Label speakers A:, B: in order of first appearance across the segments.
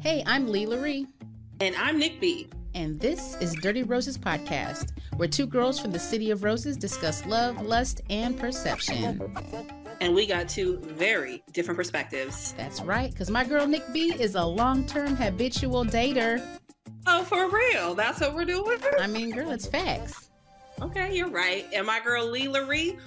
A: Hey, I'm Lee Laree,
B: And I'm Nick B.
A: and this is Dirty Roses Podcast, where two girls from the city of roses discuss love, lust, and perception.
B: And we got two very different perspectives.
A: That's right, because my girl Nick B is a long term habitual dater.
B: Oh, for real? That's what we're doing?
A: I mean, girl, it's facts.
B: Okay, you're right. And my girl Lee Laree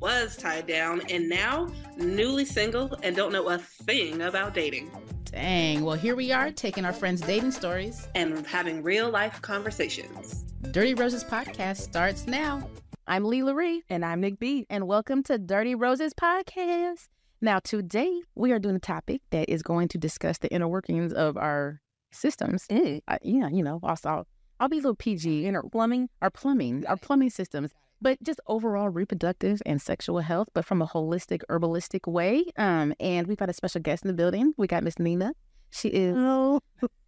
B: was tied down and now newly single and don't know a thing about dating
A: Dang, well, here we are taking our friends' dating stories.
B: and having real life conversations.
A: Dirty Roses Podcast starts now.
C: I'm Lee Laree.
D: And I'm Nick B.
C: And welcome to Dirty Roses Podcast. Now, today we are doing a topic that is going to discuss the inner workings of our systems.
D: Mm.
C: Uh, yeah, you know, also, I'll, I'll be a little PG in our plumbing, our plumbing, our plumbing systems, but just overall reproductive and sexual health, but from a holistic, herbalistic way. Um, and we've got a special guest in the building. We got Miss Nina. She is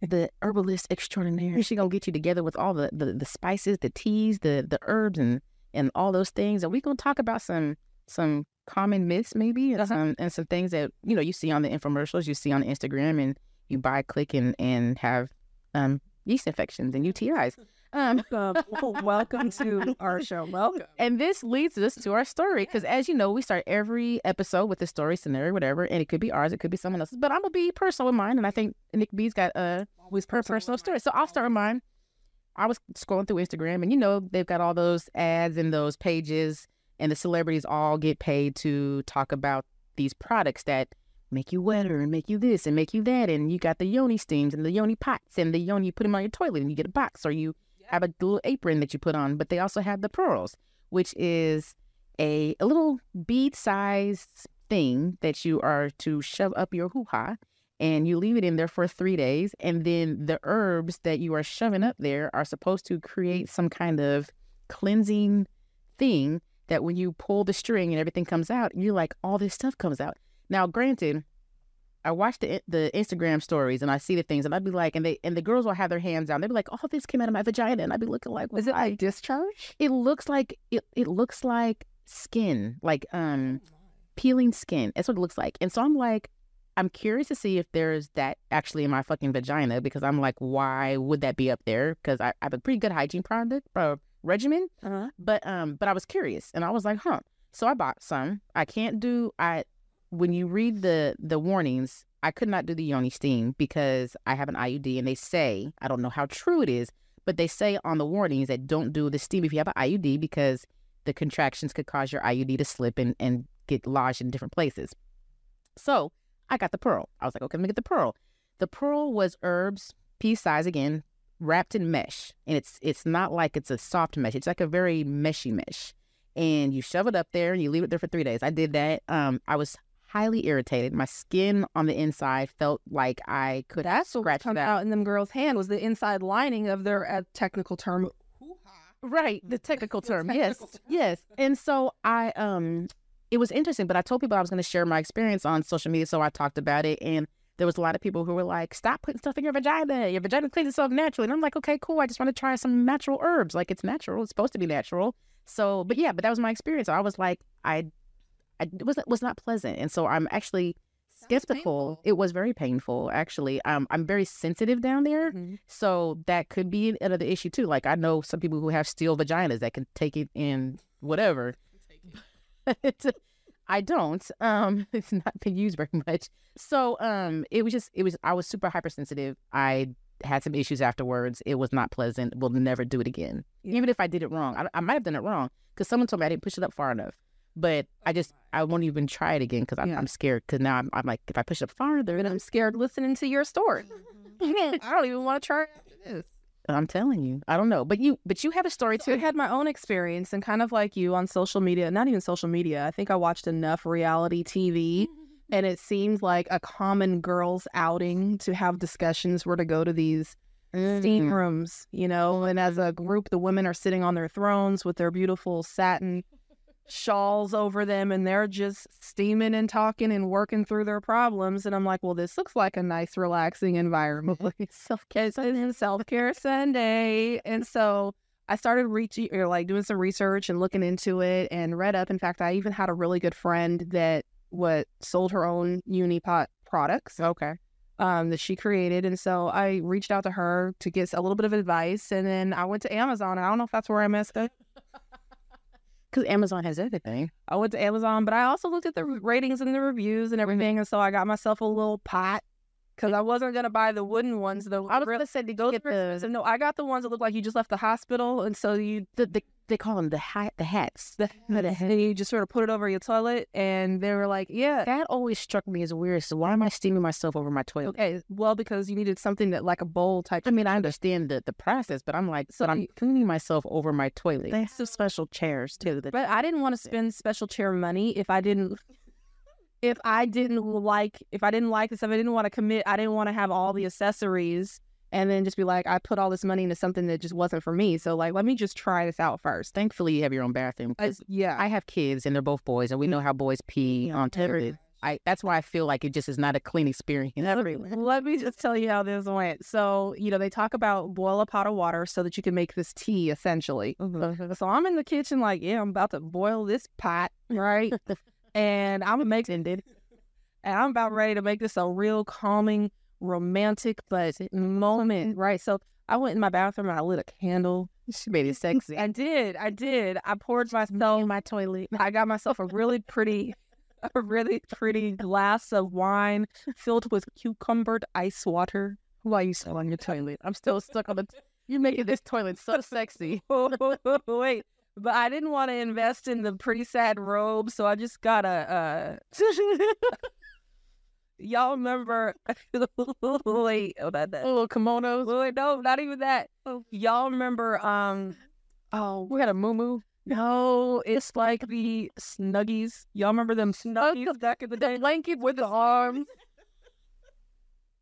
C: the herbalist extraordinaire. She gonna get you together with all the, the, the spices, the teas, the the herbs, and and all those things. And we gonna talk about some some common myths maybe, and some and some things that you know you see on the infomercials, you see on Instagram, and you buy, click, and and have um, yeast infections and UTIs. Um,
D: Welcome, welcome to our show. Welcome.
C: and this leads us to our story because, as you know, we start every episode with a story, scenario, whatever, and it could be ours, it could be someone else's. But I'm gonna be personal with mine, and I think Nick B's got a
D: Always
C: her personal story. So I'll start with mine. I was scrolling through Instagram, and you know they've got all those ads and those pages, and the celebrities all get paid to talk about these products that make you wetter and make you this and make you that, and you got the yoni steams and the yoni pots and the yoni you put them on your toilet and you get a box or you have a little apron that you put on. But they also have the pearls, which is a, a little bead sized thing that you are to shove up your hoo ha and you leave it in there for three days. And then the herbs that you are shoving up there are supposed to create some kind of cleansing thing that when you pull the string and everything comes out, you're like, all this stuff comes out. Now, granted, I watch the the Instagram stories and I see the things, and I'd be like, and they and the girls will have their hands out. They'd be like, "Oh, this came out of my vagina," and I'd be looking like,
D: Is it
C: "Why?"
D: like discharge?
C: It looks like it. It looks like skin, like um,
D: Oh
C: peeling skin. That's what it looks like. And so I'm like, I'm curious to see if there's that actually in my fucking vagina because I'm like, why would that be up there? Because I, I have a pretty good hygiene product uh, regimen,
D: Uh-huh.
C: but um, but I was curious and I was like, huh. So I bought some. I can't do I. When you read the the warnings, I could not do the yoni steam because I have an IUD and they say I don't know how true it is, but they say on the warnings that don't do the steam if you have an IUD because the contractions could cause your IUD to slip and, and get lodged in different places. So I got the pearl. I was like, okay, let me get the pearl. The pearl was herbs, pea size again, wrapped in mesh. And it's it's not like it's a soft mesh. It's like a very meshy mesh. And you shove it up there and you leave it there for three days. I did that. Um, I was highly irritated. My skin on the inside felt like I could
D: That's what
C: scratch
D: comes
C: that.
D: out in them girls' hand was the inside lining of their uh, technical term.
C: Right, the technical
D: The
C: term.
D: technical
C: yes,
D: term.
C: yes. And so I, um, it was interesting, but I told people I was going to share my experience on social media, so I talked about it, and there was a lot of people who were like, "Stop putting stuff in your vagina. Your vagina cleans itself naturally." And I'm like, "Okay, cool. I just want to try some natural herbs. Like it's natural. It's supposed to be natural." So, but yeah, but that was my experience. I was like, I, I it was was not pleasant, and so I'm actually skeptical.
D: painful.
C: It was very painful, actually. Um, I'm very sensitive down there.
D: Mm-hmm.
C: So that could be another issue too. Like I know some people who have steel vaginas that can take it in whatever. It's- I don't. Um, it's not been used very much. So um, it was just it was I was super hypersensitive. I had some issues afterwards. It was not pleasant. Will never do it again.
D: Yeah.
C: Even if I did it wrong, I, I might have done it wrong because someone told me I didn't push it up far enough. But I just I won't even try it again because I'm,
D: Yeah.
C: I'm scared. Because now I'm, I'm like if I push it up farther,
D: And
C: then I'm
D: I'm scared listening to your story. I don't even want to try it after this.
C: I'm telling you I don't know. But you but you have a story
D: So I
C: too.
D: had my own experience and kind of like you on social media, not even social media. I think I watched enough reality TV and it seemed like a common girls outing to have discussions where to go to these steam
C: Mm. Mm-hmm.
D: rooms, you know, and as a group the women are sitting on their thrones with their beautiful satin shawls over them and they're just steaming and talking and working through their problems and I'm like, well this looks like a nice relaxing environment.
C: self
D: Okay, so then self care Sunday. And so I started reaching or like doing some research and looking into it and read up. In fact, I even had a really good friend that what sold her own Unipot products.
C: Okay.
D: um, that she created. And so I reached out to her to get a little bit of advice. And then I went to Amazon. And I don't know if that's where I messed up.
C: Because Amazon has everything.
D: I went to Amazon, but I also looked at the ratings and the reviews
C: Mm-hmm.
D: and everything. And so I got myself a little pot because I wasn't going to buy the wooden ones. The
C: I was
D: real-
C: gonna say, did you
D: those
C: get
D: were
C: the,
D: expensive. No, I got the ones that look like you just left the hospital. And so you,
C: the, the they call them the hat the hats. The, the hat.
D: and you just sort of put it over your toilet. And they were like, yeah.
C: That always struck me as weird. So why am I steaming myself over my toilet?
D: Okay. Well, because you needed something that like a bowl type.
C: I mean, I understand the, the process, but I'm like,
D: So
C: but I'm
D: you-
C: cleaning myself over my toilet.
A: They have some
C: special chairs too. That
D: But I didn't want to spend special chair money if I didn't if I didn't like if I didn't like this if I didn't want to commit I didn't want to have all the accessories and then just be like I put all this money into something that just wasn't for me. So like let me just try this out first.
C: thankfully you have your own bathroom.
D: I,
C: 'cause
D: yeah.
C: I have kids and they're both boys, and we know how boys pee on toilets. I that's why I feel like it just is not a clean experience.
D: Let me just tell you how this went. So, you know, they talk about boil a pot of water so that you can make this tea essentially. Uh, So I'm in the kitchen like, yeah, I'm about to boil this pot, right? and I'm making it. And I'm about ready to make this a real calming, romantic, but moment, right? So I went in my bathroom and I lit a candle.
C: she made it sexy.
D: I did. I did. I poured myself
C: my toilet.
D: I got myself a really pretty, a really pretty glass of wine filled with cucumbered ice water.
C: Why are you still on your toilet? I'm still stuck on the. T- You're making this toilet so sexy.
D: Wait, but I didn't want to invest in the pretty sad robe, so I just got a. Uh... Y'all remember? Wait, oh, not that.
C: little kimonos. Oh.
D: Wait, no, not even that. Y'all remember? Um, oh,
C: We had a moo
D: No, it's like the snuggies. Y'all remember them snuggies back in the day? Blanket with the arms.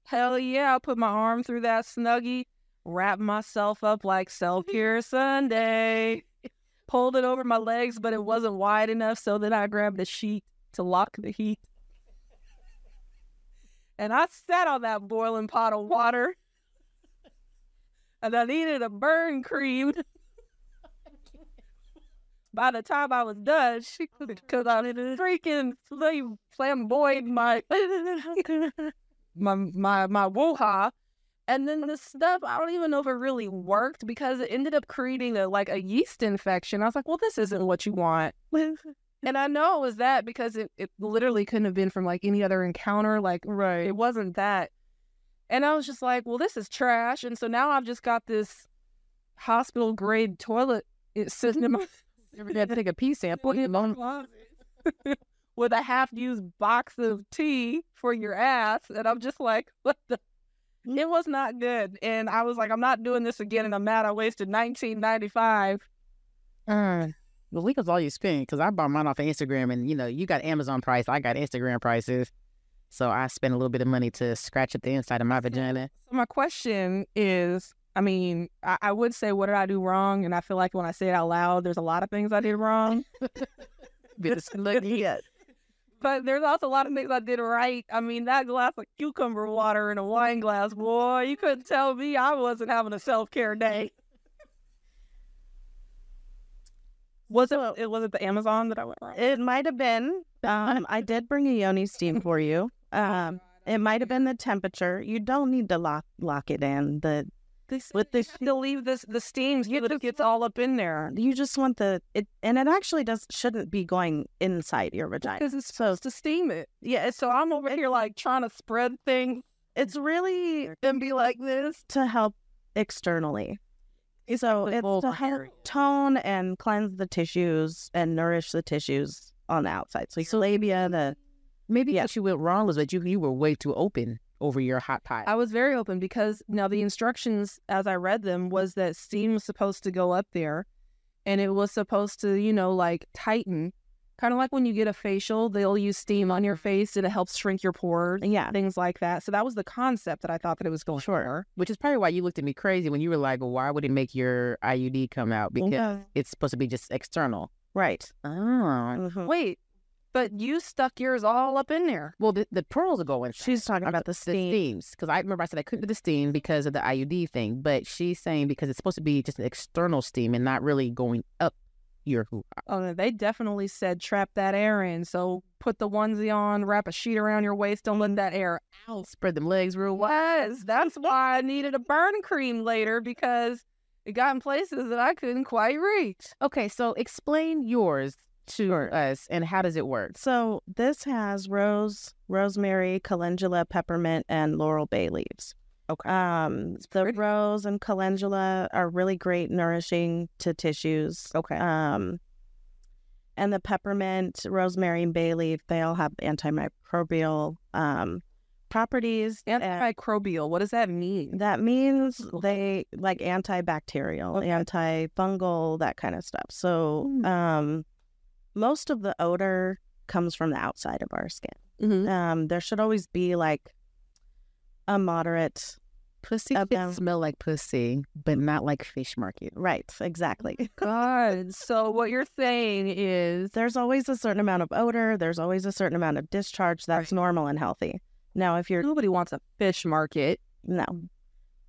D: Hell yeah, I put my arm through that snuggie, wrapped myself up like self care Sunday, pulled it over my legs, but it wasn't wide enough, so then I grabbed a sheet to lock the heat. And I sat on that boiling pot of water. And I needed a burn cream by the time I was done, she because I freaking flam- flamboyed my my my my woo-ha. And then the stuff, I don't even know if it really worked because it ended up creating a like a yeast infection. I was like, well, this isn't what you want. and I know it was that because it, it literally couldn't have been from like any other encounter. Like
C: Right.
D: it wasn't that. And I was just like, well, this is trash. And so now I've just got this hospital grade toilet eh, it sitting in my
C: You had to take a pee sample. you know?
D: with a half used box of tea for your ass. And I'm just like, what the? It was not good. And I was like, I'm not doing this again. And I'm mad I wasted 1995.
C: Uh, well, we could all you spend because I bought mine off of Instagram, and you know, you got Amazon price, I got Instagram prices, so I spent a little bit of money to scratch up the inside of my vagina.
D: So my question is, I mean, I, I would say, what did I do wrong? And I feel like when I say it out loud, there's a lot of things I did wrong.
C: Bit of slutty.
D: But there's also a lot of things I did right. I mean, that glass of cucumber water in a wine glass, boy, you couldn't tell me I wasn't having a self care day. Was it, it? Was it the Amazon that I went wrong?
E: It might have been. Um, I did bring a yoni steam for you. Um, it might have been the temperature. You don't need to lock lock it in. The with the
D: to leave this the steam so that it gets all up in there
E: you just want the it, and it actually does shouldn't be going inside your vagina.
D: because it's supposed to steam it. Yeah, so I'm over here like trying to spread things
E: It's really
D: and be like this.
E: to help externally. So it's
D: Oh
C: full
E: to help tone and cleanse the tissues and nourish the tissues on the outside. So your labia, the
C: Maybe
E: Yeah.
C: what you went wrong was that you you were way too open over your hot pot.
D: I was very open because now the instructions as I read them was that steam was supposed to go up there and it was supposed to, you know, like tighten. Kind of like when you get a facial, they'll use steam on your face and it helps shrink your pores,
E: yeah.
D: things like that. So that was the concept that I thought that it was going for.
C: which is probably why you looked at me crazy when you were like, well, "Why would it make your IUD come out?" Because
E: Yeah.
C: it's supposed to be just external.
E: Right.
C: Oh,
E: Mhm.
D: Wait, but you stuck yours all up in there.
C: well, the, the pearls are going.
E: She's talking about the
C: the
E: steam.
C: steams because I remember I said I couldn't do the steam because of the IUD thing, but she's saying because it's supposed to be just an external steam and not really going up you're who.
D: Oh, no, they definitely said trap that air in. So put the onesie on, wrap a sheet around your waist, don't let that air out.
C: Spread them legs real wide.
D: Was that's why I needed a burn cream later because it got in places that I couldn't quite reach.
C: Okay, so explain yours to us and how does it work?
E: So this has rose, rosemary, calendula, peppermint, and laurel bay leaves.
C: Okay.
E: Um,
D: That's
E: the
D: pretty.
E: rose and calendula are really great, nourishing to tissues.
C: Okay.
E: Um, and the peppermint, rosemary, and bay leaf, they all have antimicrobial um, properties. and-
D: Antimicrobial, what does that mean?
E: that means they like antibacterial, antifungal, that kind of stuff. So,
D: Mm.
E: um, most of the odor comes from the outside of our skin.
D: Mm-hmm.
E: Um, there should always be like a moderate,
C: Pussy
E: up,
C: can
E: down.
C: smell like pussy, but not like fish market.
E: right? Exactly.
D: Mm-hmm. God. So what you're saying is
E: There's always a certain amount of odor. There's always a certain amount of discharge. That's normal and healthy. Now, if you're
D: nobody wants a fish market.
E: no,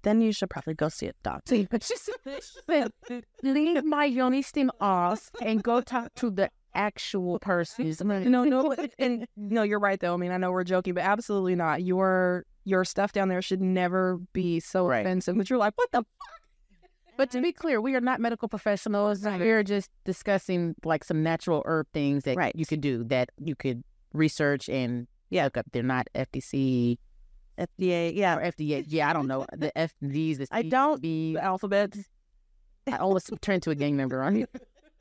E: then you should probably go see a doctor.
C: Leave my yoni steam off and go talk to the actual person.
D: No, no, and no, you're right though. I mean, I know we're joking, but absolutely not. Your your stuff down there should never be so
C: Right.
D: offensive. But you're like, what the
C: But
E: Mm-hmm.
C: to be clear, we are not medical professionals. We're just discussing like some natural herb things that
E: Right.
C: you could do that you could research and yeah, look up. They're not FTC
E: FDA, yeah,
C: or FDA. Yeah, I don't know the FDs. The
E: I don't-
C: CBs.
D: alphabet?
C: I almost turned to a gang member on you.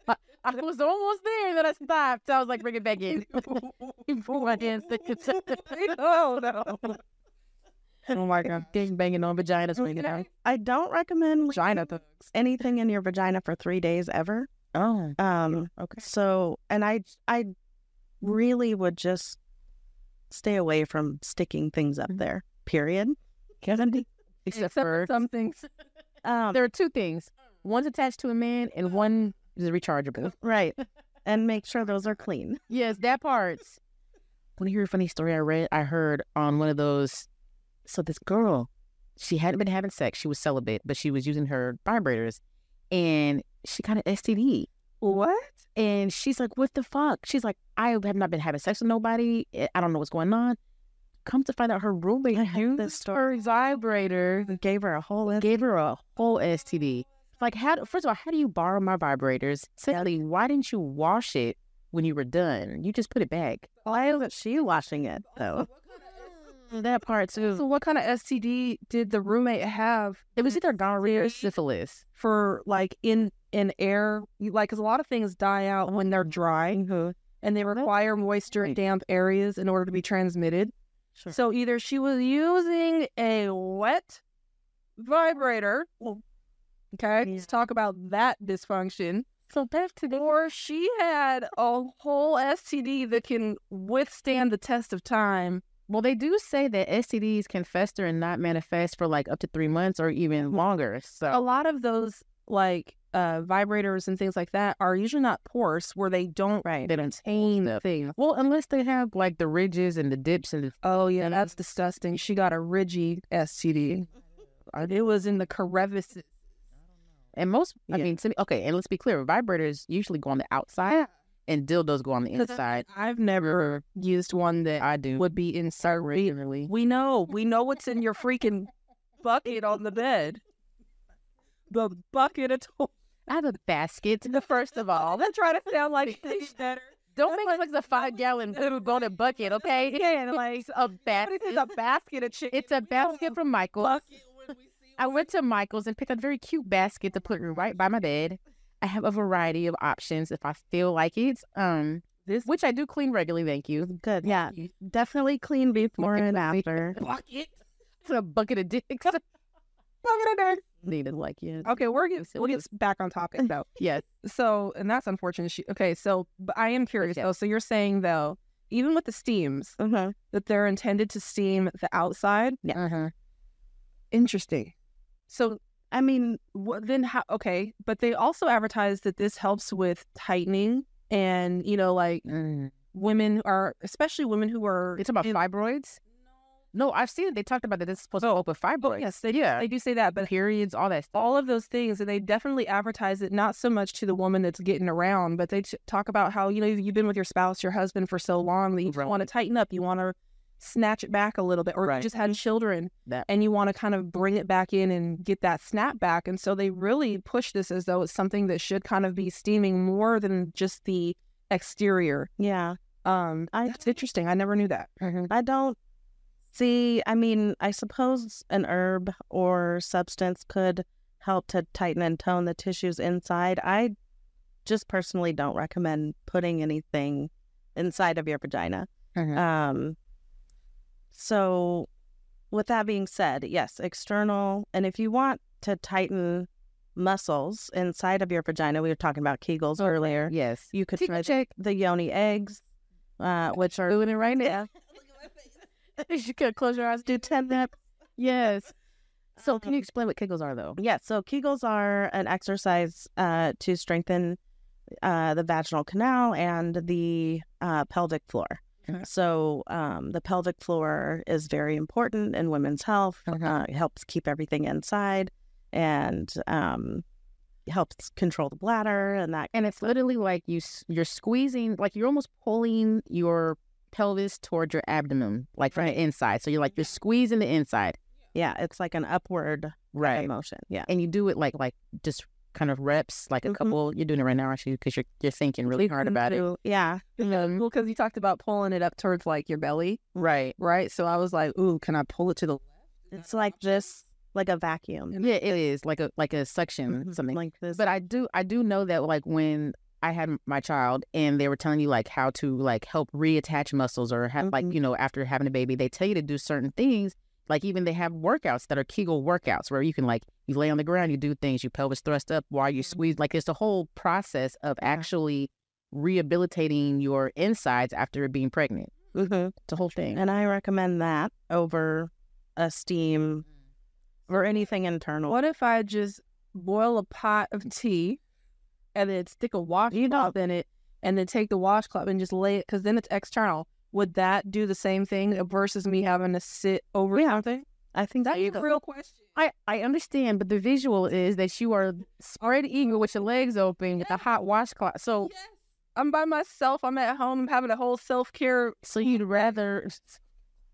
C: I, I was almost there, then I stopped. I was like, bring it back in. Before I did
D: oh no. Oh my god.
C: Gang banging on vaginas right
D: Can
C: now.
D: I-
E: I don't recommend
D: Vagina thugs.
E: anything in your vagina for three days ever.
C: Oh,
E: Um,
C: okay.
E: so and I I really would just stay away from sticking things up
C: Mhm.
E: there. Period.
C: Except for
D: some things.
E: Um,
C: there are two things. One's attached to a man, and one is rechargeable.
E: right, and make sure those are clean.
C: Yes, that part. Want to hear a funny story I read? I heard on one of those. So this girl, she hadn't been having sex. She was celibate, but she was using her vibrators, and she got an STD.
D: What?
C: And she's like, "What the fuck?" She's like, "I have not been having sex with nobody. eh, I- I don't know what's going on." Come to find out, her roommate
E: I heard this
C: used her
E: story.
C: vibrator,
E: Gave her a whole list.
C: gave her a whole STD. Like, how? do- First of all, how do you borrow my vibrators? Secondly, why didn't you wash it when you were done? You just put it back.
E: Why isn't she washing it though?
C: That part too.
D: So what kind of STD did the roommate have
C: It was either gonorrhea or syphilis.
D: for like in in air? You- Like, 'cause a lot of things die out when they're dry, and they require moisture in
C: Mm-hmm. right.
D: damp areas in order to be transmitted.
E: Sure.
D: So either she was using a wet vibrator.
C: Mm.
D: Okay,
E: Yeah.
D: let's talk about that dysfunction.
C: So back to
D: Or she had a whole STD that can withstand the test of time.
C: well, they do say that STDs can fester and not manifest for like up to three months or even longer.
D: a
C: So
D: lot of those like uh vibrators and things like that are usually not porous where they don't
E: Right.
C: they don't pain the thing. Well, unless they have like the ridges and the dips and the
D: oh yeah that's disgusting she got a ridgy std it was in the crevices
C: and most. I
E: Yeah.
C: mean, to me, okay. And let's be clear, vibrators usually go on the outside, and dildos go on the
D: 'Cause I-
C: inside.
D: i've never used one that
C: I do.
D: would be inside
C: Really?
D: we know we know what's in your freaking bucket on the bed the bucket of toilet
C: I have a basket.
D: first of all i'm trying to sound like it's better
C: Don't make it like it's a five gallon little bonnet bucket, okay?
D: yeah like
C: It's a
D: but
C: basket.
D: it's in a basket of chicken
C: It's a basket from Michael's.
D: bucket
C: I went to Michael's and picked a very cute basket to put right by my bed. I have a variety of options if I feel like it. Um,
D: this
C: which I do clean regularly. Thank you.
E: Good. Yeah, definitely clean before and after.
C: Bucket. It's a bucket of dicks.
D: bucket of dirt
C: Needed like yeah.
D: Okay, we're getting
C: So
D: we'll
C: it
D: get
C: was-
D: back on topic though.
C: Yes.
D: So, and that's unfortunate. She, okay, so but I am curious
C: Yeah.
D: though. So you're saying though, even with the steams,
C: Mm-hmm.
E: Uh-huh.
D: that they're intended to steam the outside.
C: Uh-huh.
D: Interesting. So
E: I mean,
D: wha- then how? Okay, but they also advertise that this helps with tightening, and you know, like
C: Mm.
D: women are, especially women who are
C: You talking about
D: in- Oh.
C: fibroids? No, I've seen it. They talked about that. It's supposed to help with fibroids.
D: yes, they,
C: yeah.
D: they do say that, but
C: periods, all that stuff.
D: all of those things, and they definitely advertise it not so much to the woman that's getting around, but they t- talk about how you know you've you've been with your spouse, your husband for so long that you
C: Right.
D: want to tighten up, you want to snatch it back a little bit, or
C: Right.
D: you just had children
C: That-
D: and you want to kind of bring it back in and get that snap back, and so they really push this as though it's something that should kind of be steaming more than just the exterior.
E: Yeah.
D: Um,
E: I-
D: that's interesting. I never knew that.
E: I don't see. I mean, I suppose an herb or substance could help to tighten and tone the tissues inside. I just personally don't recommend putting anything inside of your vagina.
C: Mhm.
E: Um, so, with that being said, yes, external. And if you want to tighten muscles inside of your vagina, we were talking about Kegels earlier.
C: Yes.
E: You could
C: Take
E: try
C: a check.
E: the yoni eggs, uh, which are
C: Doing it right now.
E: you could close your eyes, do 10 laps.
C: Yes. So can you
E: Um,
C: explain what Kegels are though?
E: Yeah, so Kegels are an exercise uh, to strengthen uh, the vaginal canal and the uh, pelvic floor.
C: Mhm.
E: So um, the pelvic floor is very important in women's health.
C: Okay.
E: Uh, it helps keep everything inside and um, helps control the bladder and that.
C: And it's literally like you s- you're squeezing, like you're almost pulling your pelvis toward your abdomen, like from the inside. So you're like you're squeezing the inside,
E: Yeah, it's like an upward
C: right?
E: motion. Yeah.
C: And you do it like like just kind of reps, like a
D: Mm-hmm.
E: Mhm.
C: couple. You're doing it right now actually because you're you're thinking really hard about it.
E: So, Mm-hmm. Yeah.
C: Um,
D: Mm-hmm. Well, because you talked about pulling it up towards like your belly,
C: right.
D: right? So I was like, ooh, can I pull it to the
E: It's like this, like a vacuum.
C: Yeah, it is like a like a suction
D: Mm-hmm.
E: Mhm.
C: Mm-hmm. something.
E: like this.
C: But I do I do know that like when I had m- my child and they were telling you like how to like help reattach muscles or have like
E: Mhm.
C: you know after having a baby they tell you to do certain things like even they have workouts that are Kegel workouts where you can like you lay on the ground you do things you pelvis thrust up while you squeeze like it's the whole process of actually rehabilitating your insides after being pregnant
E: Mhm.
C: it's a whole thing
E: And I recommend that over a steam or anything internal.
D: Mm. What if I just boil a pot of tea and then stick a washcloth in it and then take the washcloth and just lay it because then it's external. Would that do the same thing versus me having to sit over something?
E: I think
D: That's
E: that you
D: a real question.
C: I I understand but the visual is that you are spread eagle with your legs open with a hot washcloth so
D: I'm by myself. I'm at home. I'm having a whole self care.
C: So you'd rather,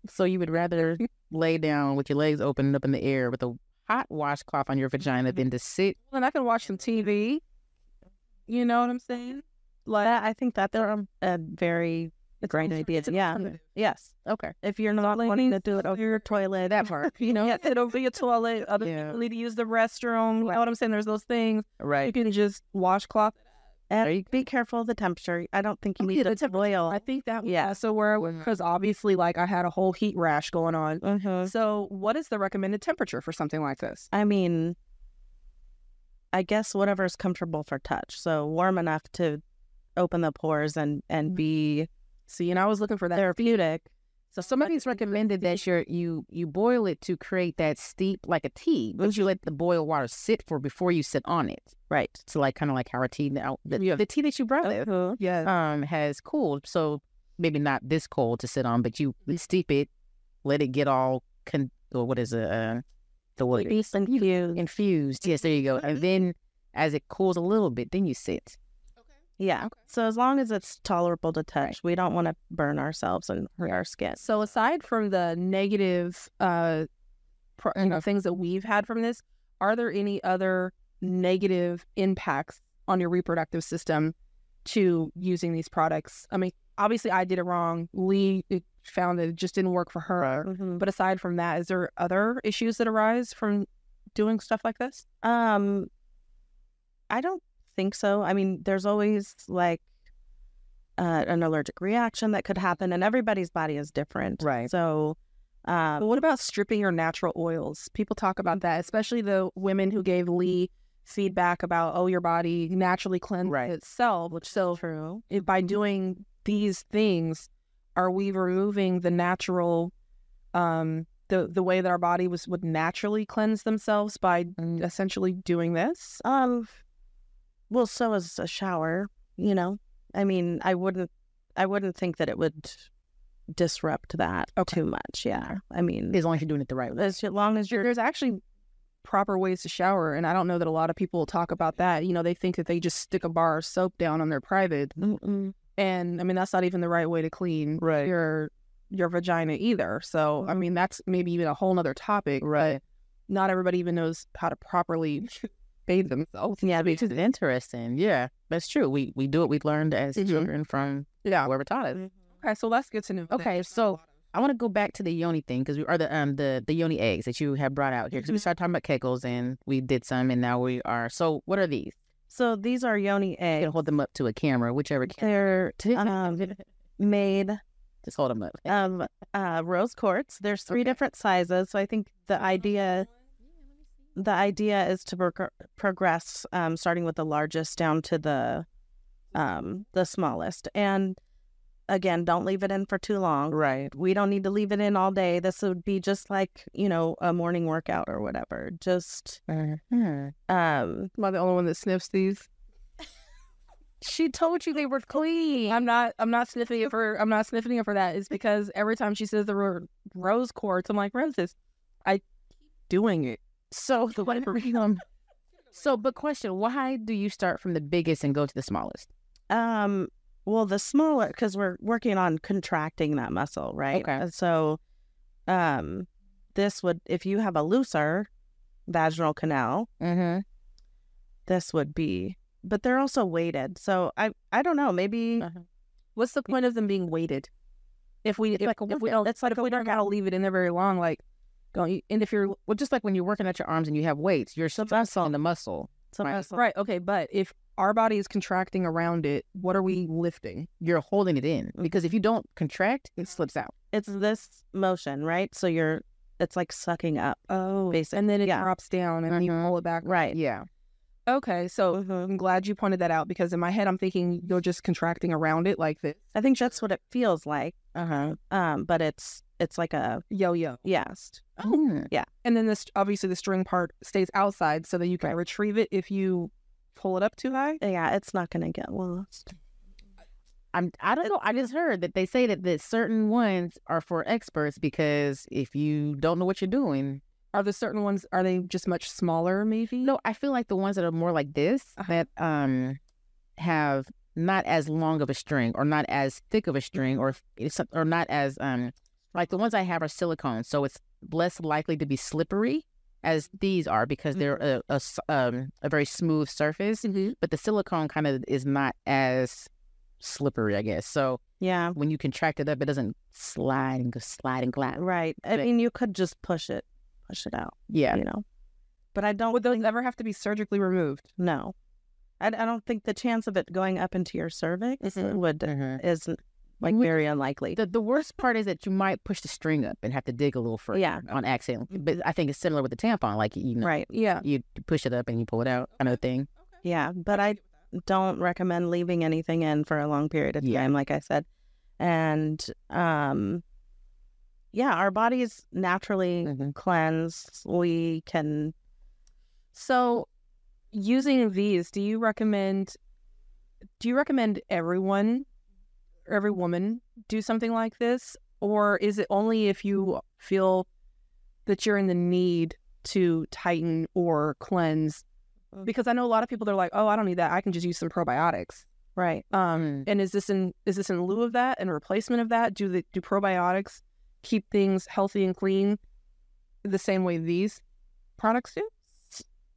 C: so you would rather lay down with your legs open and up in the air with a hot washcloth on your vagina than to sit.
D: And I can watch some TV. You know what I'm saying?
E: like that, I think that they're um, a very great idea. Yeah. Yes.
C: Okay.
E: If you're not wanting to do it over your toilet, that part, you know.
D: Yeah, sit over your toilet. Other
C: Yeah.
D: people need to use the restroom. You know what I'm saying? There's those things. You
C: Right.
D: can just washcloth
C: There you
E: And be careful of the temperature. I don't think you need to boil.
D: I think that was
E: Yeah.
D: also where
C: Mhm.
D: because obviously like I had a whole heat rash going on.
E: Mhm.
D: So what is the recommended temperature for something like this?
E: I mean, I guess whatever's comfortable for touch. So warm enough to open the pores and
D: Mm-hmm.
E: and be
D: See, and I was looking for that.
E: therapeutic.
C: So somebody's recommended that you you you boil it to create that steep like a tea, but you let the boiled water sit for before you sit on it.
E: Right.
C: So like kind of like how our tea now the,
D: Yeah.
C: the tea that you brought
E: Mhm.
D: Yeah.
C: um has cooled. So maybe not this cold to sit on, but you steep it, let it get all con or what is it uh, the word
E: Be confused.
C: infused. Yes, there you go. And then as it cools a little bit, then you sit.
E: Yeah. So as long as it's tolerable to touch, we don't want to burn ourselves and hurt our skin.
D: So aside from the negative, uh, pro- you know, things that we've had from this, are there any other negative impacts on your reproductive system to using these products? I mean, obviously I did it wrong. Lee it found that it just didn't work for her. But aside from that, is there other issues that arise from doing stuff like this?
E: Um, I don't think so. I mean, there's always like uh, an allergic reaction that could happen, and everybody's body is different.
C: Right.
E: So, um,
D: But what about stripping your natural oils? People talk about that, especially the women who gave Lee feedback about, oh, your body naturally cleanses
C: Right.
D: itself. Which so true. If by doing these things, are we removing the natural, um, the the way that our body was would naturally cleanse themselves by essentially doing this?
E: um, well, so is a shower. You know, I mean, I wouldn't, I wouldn't think that it would disrupt that
C: Okay.
E: too much. Yeah. I mean,
C: as long as you're doing it the right way.
E: as long as you're
D: there's actually proper ways to shower and i don't know that a lot of people talk about that you know they think that they just stick a bar of soap down on their private
E: Mm-mm.
D: and i mean that's not even the right way to clean
E: Right.
D: your your vagina either so i mean that's maybe even a whole nother topic right not everybody even knows how to properly bathe themselves
E: Yeah,
C: Which is interesting. Yeah, that's true. We we do it. We learned as
D: Mhm.
C: children from
D: yeah
C: whoever taught us.
D: okay so that's good to know
C: Okay, so- I want to go back to the yoni thing because we are the um the the yoni eggs that you have brought out here because we
E: Mhm.
C: started talking about kegels and we did some and now we are. So what are these?
E: so these are yoni
C: You can
E: eggs.
C: hold them up to a camera, whichever. Camera.
E: They're um, made
C: Just hold them up.
E: of uh, rose quartz. There's three different sizes, so I think the idea the idea is to progr progress, um, starting with the largest down to the um, the smallest. And again, don't leave it in for too long.
D: right
E: We don't need to leave it in all day. This would be just like you know a morning workout or whatever. Just
C: Mhm.
E: um,
D: am i the only one that sniffs these she told you they were clean i'm not i'm not sniffing it for i'm not sniffing it for that it's because every time she says the word rose quartz i'm like what is this i keep doing it
C: So the um, So, but question: Why do you start from the biggest and go to the smallest?
E: um, well, the smaller because we're working on contracting that muscle, right?
C: Okay.
E: And so, um, this would if you have a looser vaginal canal,
C: Mm-hmm.
E: this would be but they're also weighted so i i don't know maybe
C: Uh,
D: What's the point of them being weighted? If we if,
E: like a
D: if we
E: workout.
D: don't
E: Mm. It's like
D: if
E: a
D: we don't gotta leave it in there very long, like don't you? And if you're
C: Well, just like when you're working at your arms and you have weights, you're sometimes on the muscle.
E: some
C: Right.
E: muscle-
D: right, okay, but if our body is contracting around it, what are we lifting?
C: You're holding it in because if you don't contract, it slips out.
E: it's this motion right so you're it's like sucking up
D: Oh,
E: Basic-
D: and then it
E: yeah. Mm-hmm.
D: drops down and you
C: Mhm.
D: pull it back.
E: right
C: Yeah.
D: Okay, so
E: Mhm.
D: I'm glad you pointed that out because in my head I'm thinking you're just contracting around it like this
E: i think that's what it feels like
C: Uh huh.
E: um but it's it's like a
D: yo yo,
E: yes
C: Oh.
D: and then this obviously the string part stays outside so that you can retrieve it if you pull it up too high.
E: yeah it's not gonna get lost
C: I'm. I don't know. I just heard that they say that that certain ones are for experts because if you don't know what you're doing,
D: Are the certain ones are they just much smaller maybe?
C: no, I feel like the ones that are more like this that um have not as long of a string or not as thick of a string or it's or not as um like the ones I have are silicone, so it's less likely to be slippery as these are because they're a, a s- um a very smooth surface, but the silicone kind of is not as slippery, I guess. So
E: yeah
C: when you contract it up, it doesn't slide and go slide and glide.
E: right i
C: But-
E: mean you could just push it push it out
C: Yeah.
E: you know but i don't
D: Would those ever have to be surgically removed?
E: know I, I don't think the chance of it going up into your cervix
D: Mhm.
E: would uh, is like
C: Mm-hmm. Would-
E: very unlikely
C: The, the worst part is that you might push the string up and have to dig a little further
E: Yeah.
C: on accident. But I think it's similar with the tampon. Like, you know,
E: right
D: Yeah.
C: you push it up and you pull it out kind of thing.
E: Yeah, but I don't recommend leaving anything in for a long period of time,
C: Yeah.
E: like I said. And um yeah, our bodies naturally
C: Mhm.
E: cleanse. We can
D: So using these, do you recommend do you recommend everyone or every woman do something like this or is it only if you feel that you're in the need to tighten or cleanse? Because I know a lot of people they're like, "Oh, I don't need that. I can just use some probiotics."
E: right.
D: Um
C: Mm.
D: and is this in is this in lieu of that and replacement of that? Do the do probiotics keep things healthy and clean the same way these products do?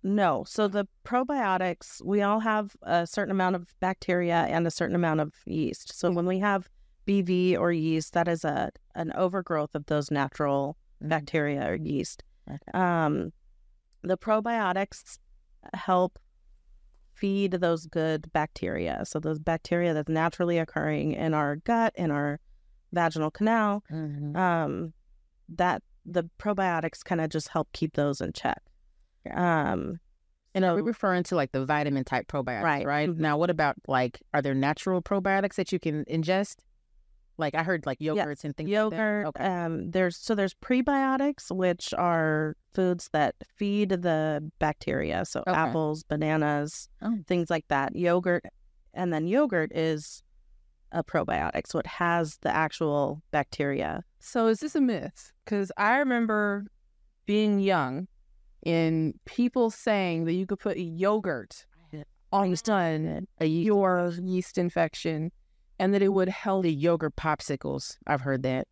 E: No. So the probiotics, we all have a certain amount of bacteria and a certain amount of yeast. So when we have BV or yeast, that is a an overgrowth of those natural
C: Mm.
E: bacteria or yeast. Um, the probiotics help feed those good bacteria. So those bacteria that's naturally occurring in our gut, in our vaginal canal,
C: Mhm.
E: um, that the probiotics kind of just help keep those in check. Um,
C: And are we referring to like the vitamin type probiotics, right? Mm-hmm.
E: Right.
C: Now, what about like, are there natural probiotics that you can ingest? Like, I heard like yogurts and things like that.
E: yogurt.
C: Okay.
E: Um, there's so there's prebiotics, which are foods that feed the bacteria. So
C: Okay.
E: apples, bananas,
C: Oh.
E: things like that. Yogurt, and then yogurt is a probiotic. So it has the actual bacteria.
D: So is this a myth? Because I remember being young and people saying that you could put yogurt on your stomach,
C: A yeast-
D: your yeast infection and that it would help.
C: the yogurt popsicles. I've heard that.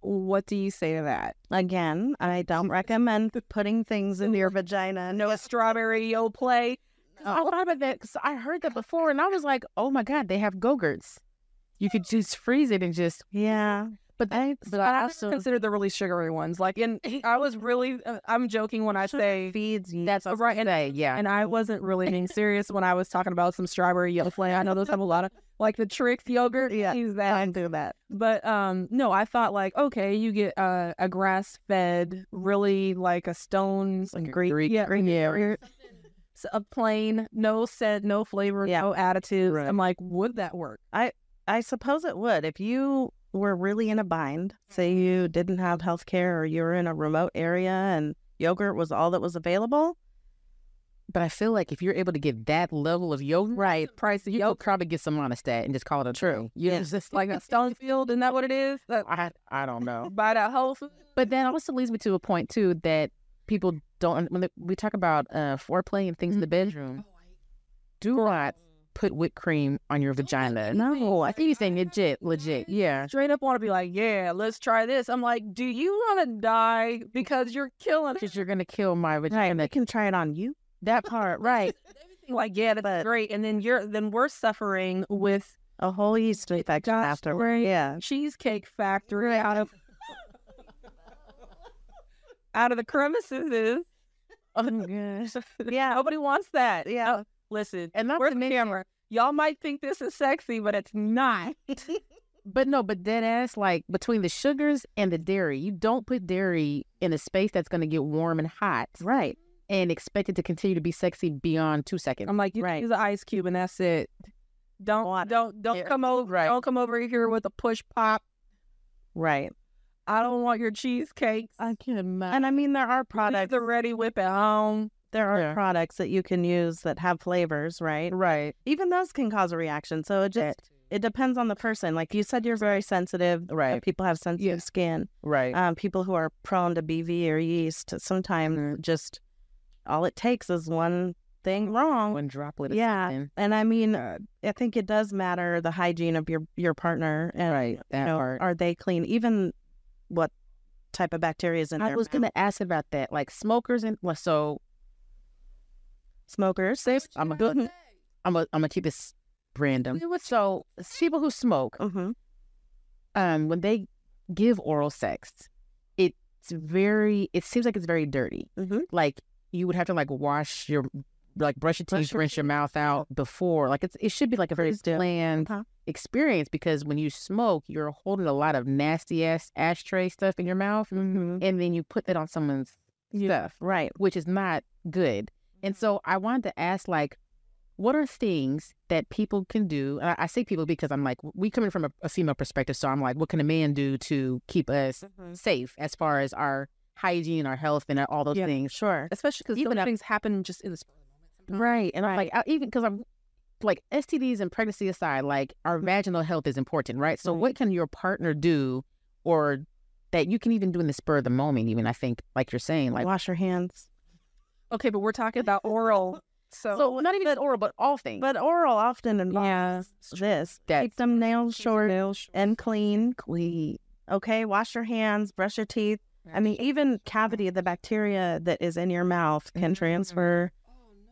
D: What do you say to that?
E: Again, I don't recommend putting things in your vagina. No strawberry yo play.
C: I thought about that because I heard that before, and I was like, "Oh my god, they have gogurts. You could just freeze it and just."
E: Yeah.
D: But
E: I,
D: But
C: I
D: I,
C: also-
D: also consider the really sugary ones. Like, and I was really, uh, I'm joking when I say
E: feeds you.
C: That's
D: right,
C: right. And I, yeah,
D: and I wasn't really being serious when I was talking about some strawberry yellow flame. I know those have a lot of like the tricks yogurt.
E: Yeah,
D: use that.
E: I do that.
D: But um, no, I thought like, okay, you get uh, a grass fed, really like a stone
C: like a
D: Greek,
C: Greek-
D: yeah,
C: Greek yogurt.
D: s- a plain, no scent, no flavor,
E: Yeah.
D: no additive.
C: Right.
D: I'm like, would that work?
E: I suppose it would. If you were really in a bind, say you didn't have health care or you were in a remote area and yogurt was all that was available.
C: but I feel like if you're able to get that level of yogurt, right, price, you could probably get some monostat and just call it a true.
D: Yeah, it's just like a Stonefield, isn't that what it is? That,
C: I I don't know.
D: buy that whole food.
C: But that also leads me to a point too that people don't when they- we talk about uh, foreplay and things in the bedroom. Do not put whipped cream on your vagina. No, I think you're saying legit, legit. Yeah,
D: straight up want to be like, yeah, let's try this. I'm like, do you want to die because you're killing it?
C: because you're gonna kill my
E: Right.
C: vagina.
E: They can try it on you.
C: That part, right?
D: Like, yeah, that's
E: But-
D: great. And then you're then we're suffering with
E: A whole yeast infection
D: gosh,
E: after.
D: right.
E: Yeah.
D: cheesecake factory out of out of the crevices.
E: Yeah.
D: Nobody wants that. Oh,
E: Yeah.
D: Listen,
C: And not
D: where's
C: to
D: the
C: mention-
D: camera? Y'all might think this is sexy, but it's not.
C: But no, but dead ass, like between the sugars and the dairy, you don't put dairy in a space that's going to get warm and hot
E: Right.
C: and expect it to continue to be sexy beyond two seconds.
D: I'm like, you
E: Right.
D: use an ice cube and that's it. Don't
E: Water.
D: don't don't
C: Here.
D: come over.
C: Right.
D: Don't come over here with a push pop.
E: Right.
D: I don't want your cheesecakes.
C: can imagine.
E: And I mean, there are
D: Product
E: products.
D: the ready whip at home.
E: There are
C: Yeah.
E: products that you can use that have flavors, right?
C: Right.
E: Even those can cause a reaction. So it just it depends on the person. Like you said, you're very sensitive. uh,
C: Right.
E: People have sensitive
D: Yeah.
E: skin.
C: Right.
E: Um, people who are prone to BV or yeast, sometimes
C: Mm-hmm.
E: just all it takes is one thing wrong.
C: One droplet. Of
E: yeah.
C: something.
E: And I mean, uh, I think it does matter the hygiene of your your partner and
C: Right.
E: you
C: That
E: know,
C: part.
E: are they clean? Even what type of bacteria is in
C: I
E: their
C: was
E: mouth.
C: going to ask about that. Like smokers and well, so
E: smokers. Safe.
C: I'm a, I'm a, I'm gonna keep this random. So people who smoke,
E: Mm-hmm.
C: um, when they give oral sex, it's very. It seems like it's very dirty.
E: Mhm.
C: Like you would have to like wash your, like brush your teeth,
E: Brush your
C: rinse your mouth out before. Like it's it should be like a very
E: Please do.
C: planned
E: Uh-huh.
C: experience because when you smoke, you're holding a lot of nasty ass ashtray stuff in your mouth,
E: Mm-hmm.
C: and then you put that on someone's stuff
E: Right.
C: which is not good. And so I wanted to ask, like, what are things that people can do? And I, I say people because I'm like, we coming from a, a female perspective, so I'm like, what can a man do to keep us safe as far as our hygiene, our health, and all those
D: Yeah.
C: things?
E: Sure.
D: Especially because so
C: Even
D: many
C: up-
D: things happen just in the spur of the moment. sometimes.
E: Right. And I
C: Like, I, even because I'm like STDs and pregnancy aside, like our vaginal health is important, right? So
E: Right.
C: what can your partner do, or that you can even do in the spur of the moment? Even I think, like you're saying, like
E: wash your hands.
D: Okay, but we're talking about oral. So,
C: so not even just oral, but all things.
E: But oral often involves
D: yeah,
E: this.
C: That-
E: Keep them nails short
D: nails
E: and clean. Clean. Okay. Wash your hands. Brush your teeth. I mean, even cavity, the bacteria that is in your mouth can transfer.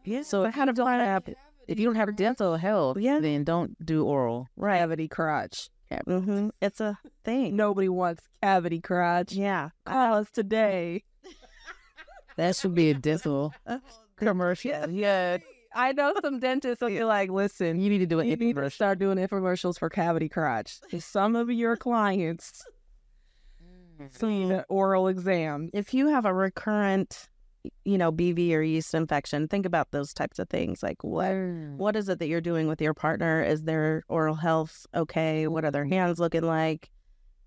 C: Yeah, so it kind of don't have if you don't have dental health,
E: Yeah.
C: then don't do oral.
E: Right.
D: cavity crotch.
E: Mm-hmm. It's a thing.
D: Nobody wants cavity crotch.
E: Yeah.
D: Call us today.
C: That should be a dental commercial.
D: yeah. I know some dentists will be like, listen,
C: You need to do an
D: you need to
C: infomercial.
D: start doing infomercials for cavity crotch. Some of your clients need an oral exam.
E: if you have a recurrent, you know, BV or yeast infection, think about those types of things. Like what what is it that you're doing with your partner? Is their oral health okay? What are their hands looking like?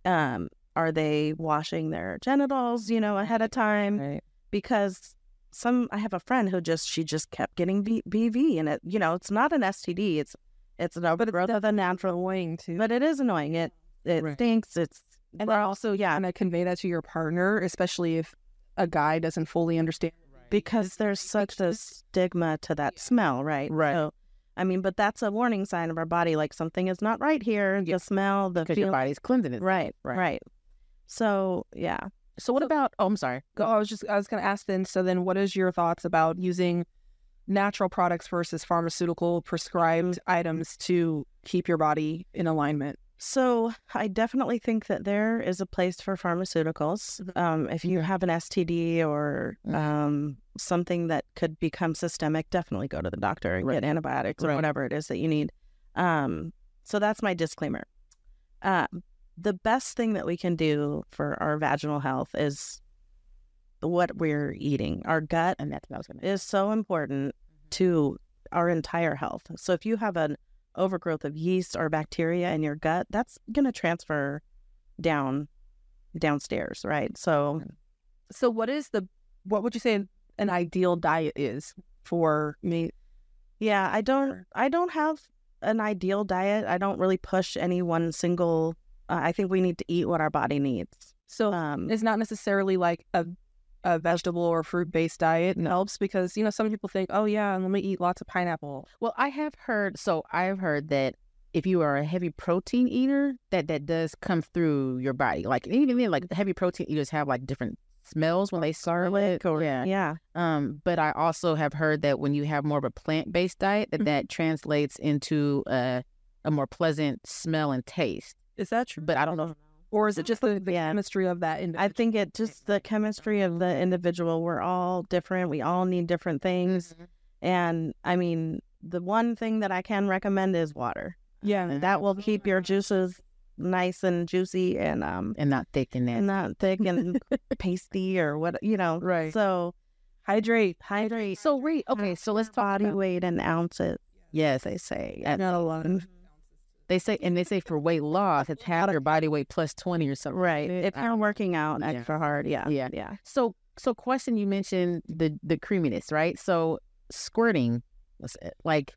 E: Um, are they washing their genitals, you know, ahead of time?
D: Right.
E: Because some I have a friend who just she just kept getting B- BV and it, you know, it's not an STD. It's It's an overgrowth of the natural
D: annoying too.
E: But it is annoying. It it
C: Right.
E: stinks. It's
D: and
E: gross.
D: then also, yeah, and I convey that to your partner, especially if a guy doesn't fully understand.
E: because there's such a stigma to that smell, right?
C: Right.
E: So, I mean, but that's a warning sign of our body, like something is not right here. The smell, the
C: because your
E: feel.
C: body's cleansing it.
E: Right,
C: Right.
E: right, So yeah,
C: So what about? Oh, I'm sorry.
D: Go. I was just I was going to ask then. So then, what is your thoughts about using natural products versus pharmaceutical prescribed items to keep your body in alignment?
E: So I definitely think that there is a place for pharmaceuticals.
C: Mm-hmm.
E: Um, if you have an STD or um, something that could become systemic, definitely go to the doctor and get antibiotics or
C: Right.
E: whatever it is that you need. Um, so that's my disclaimer. Uh, the best thing that we can do for our vaginal health is what we're eating. Our gut
C: And that's what I was gonna.
E: is so important
D: Mm-hmm.
E: to our entire health. So if you have an overgrowth of yeast or bacteria in your gut, that's going to transfer down downstairs, right? So
D: So, what is the what would you say an ideal diet is for me?
E: yeah, I don't I don't have an ideal diet. I don't really push any one single uh, I think we need to eat what our body needs.
D: So,
E: Um
D: it's not necessarily like a a vegetable or fruit based diet helps because you know some people think, oh yeah, let me eat lots of pineapple.
C: Well, I have heard. So I've heard that if you are a heavy protein eater, that that does come through your body. Like and even then, like heavy protein eaters have like different smells when they serve it. Yeah.
E: yeah.
C: Um, but I also have heard that when you have more of a plant based diet, that
D: Mhm.
C: that translates into a a more pleasant smell and taste.
D: Is that true?
C: But I don't know.
D: or is it just the, the
E: Yeah.
D: chemistry of that? Individual?
E: I think it just the chemistry of the individual. We're all different. We all need different things.
D: Mm-hmm.
E: And I mean, the one thing that I can recommend is water.
D: yeah.
E: That will keep your juices nice and juicy and um
C: And not thick in
D: Mm.
C: that.
E: and not thick and pasty or what you know.
D: Right.
E: So hydrate, hydrate.
C: So wait, okay, so let's talk
E: body
C: about
E: weight in ounces.
C: yes, they say. uh,
D: Not a lot.
C: They say and they say for weight loss, it's half your body weight plus twenty or something.
E: Right. If you're working out
C: uh, Yeah.
E: extra hard, yeah.
C: Yeah.
E: Yeah.
C: So so question you mentioned the the creaminess, right? So squirting what's it, like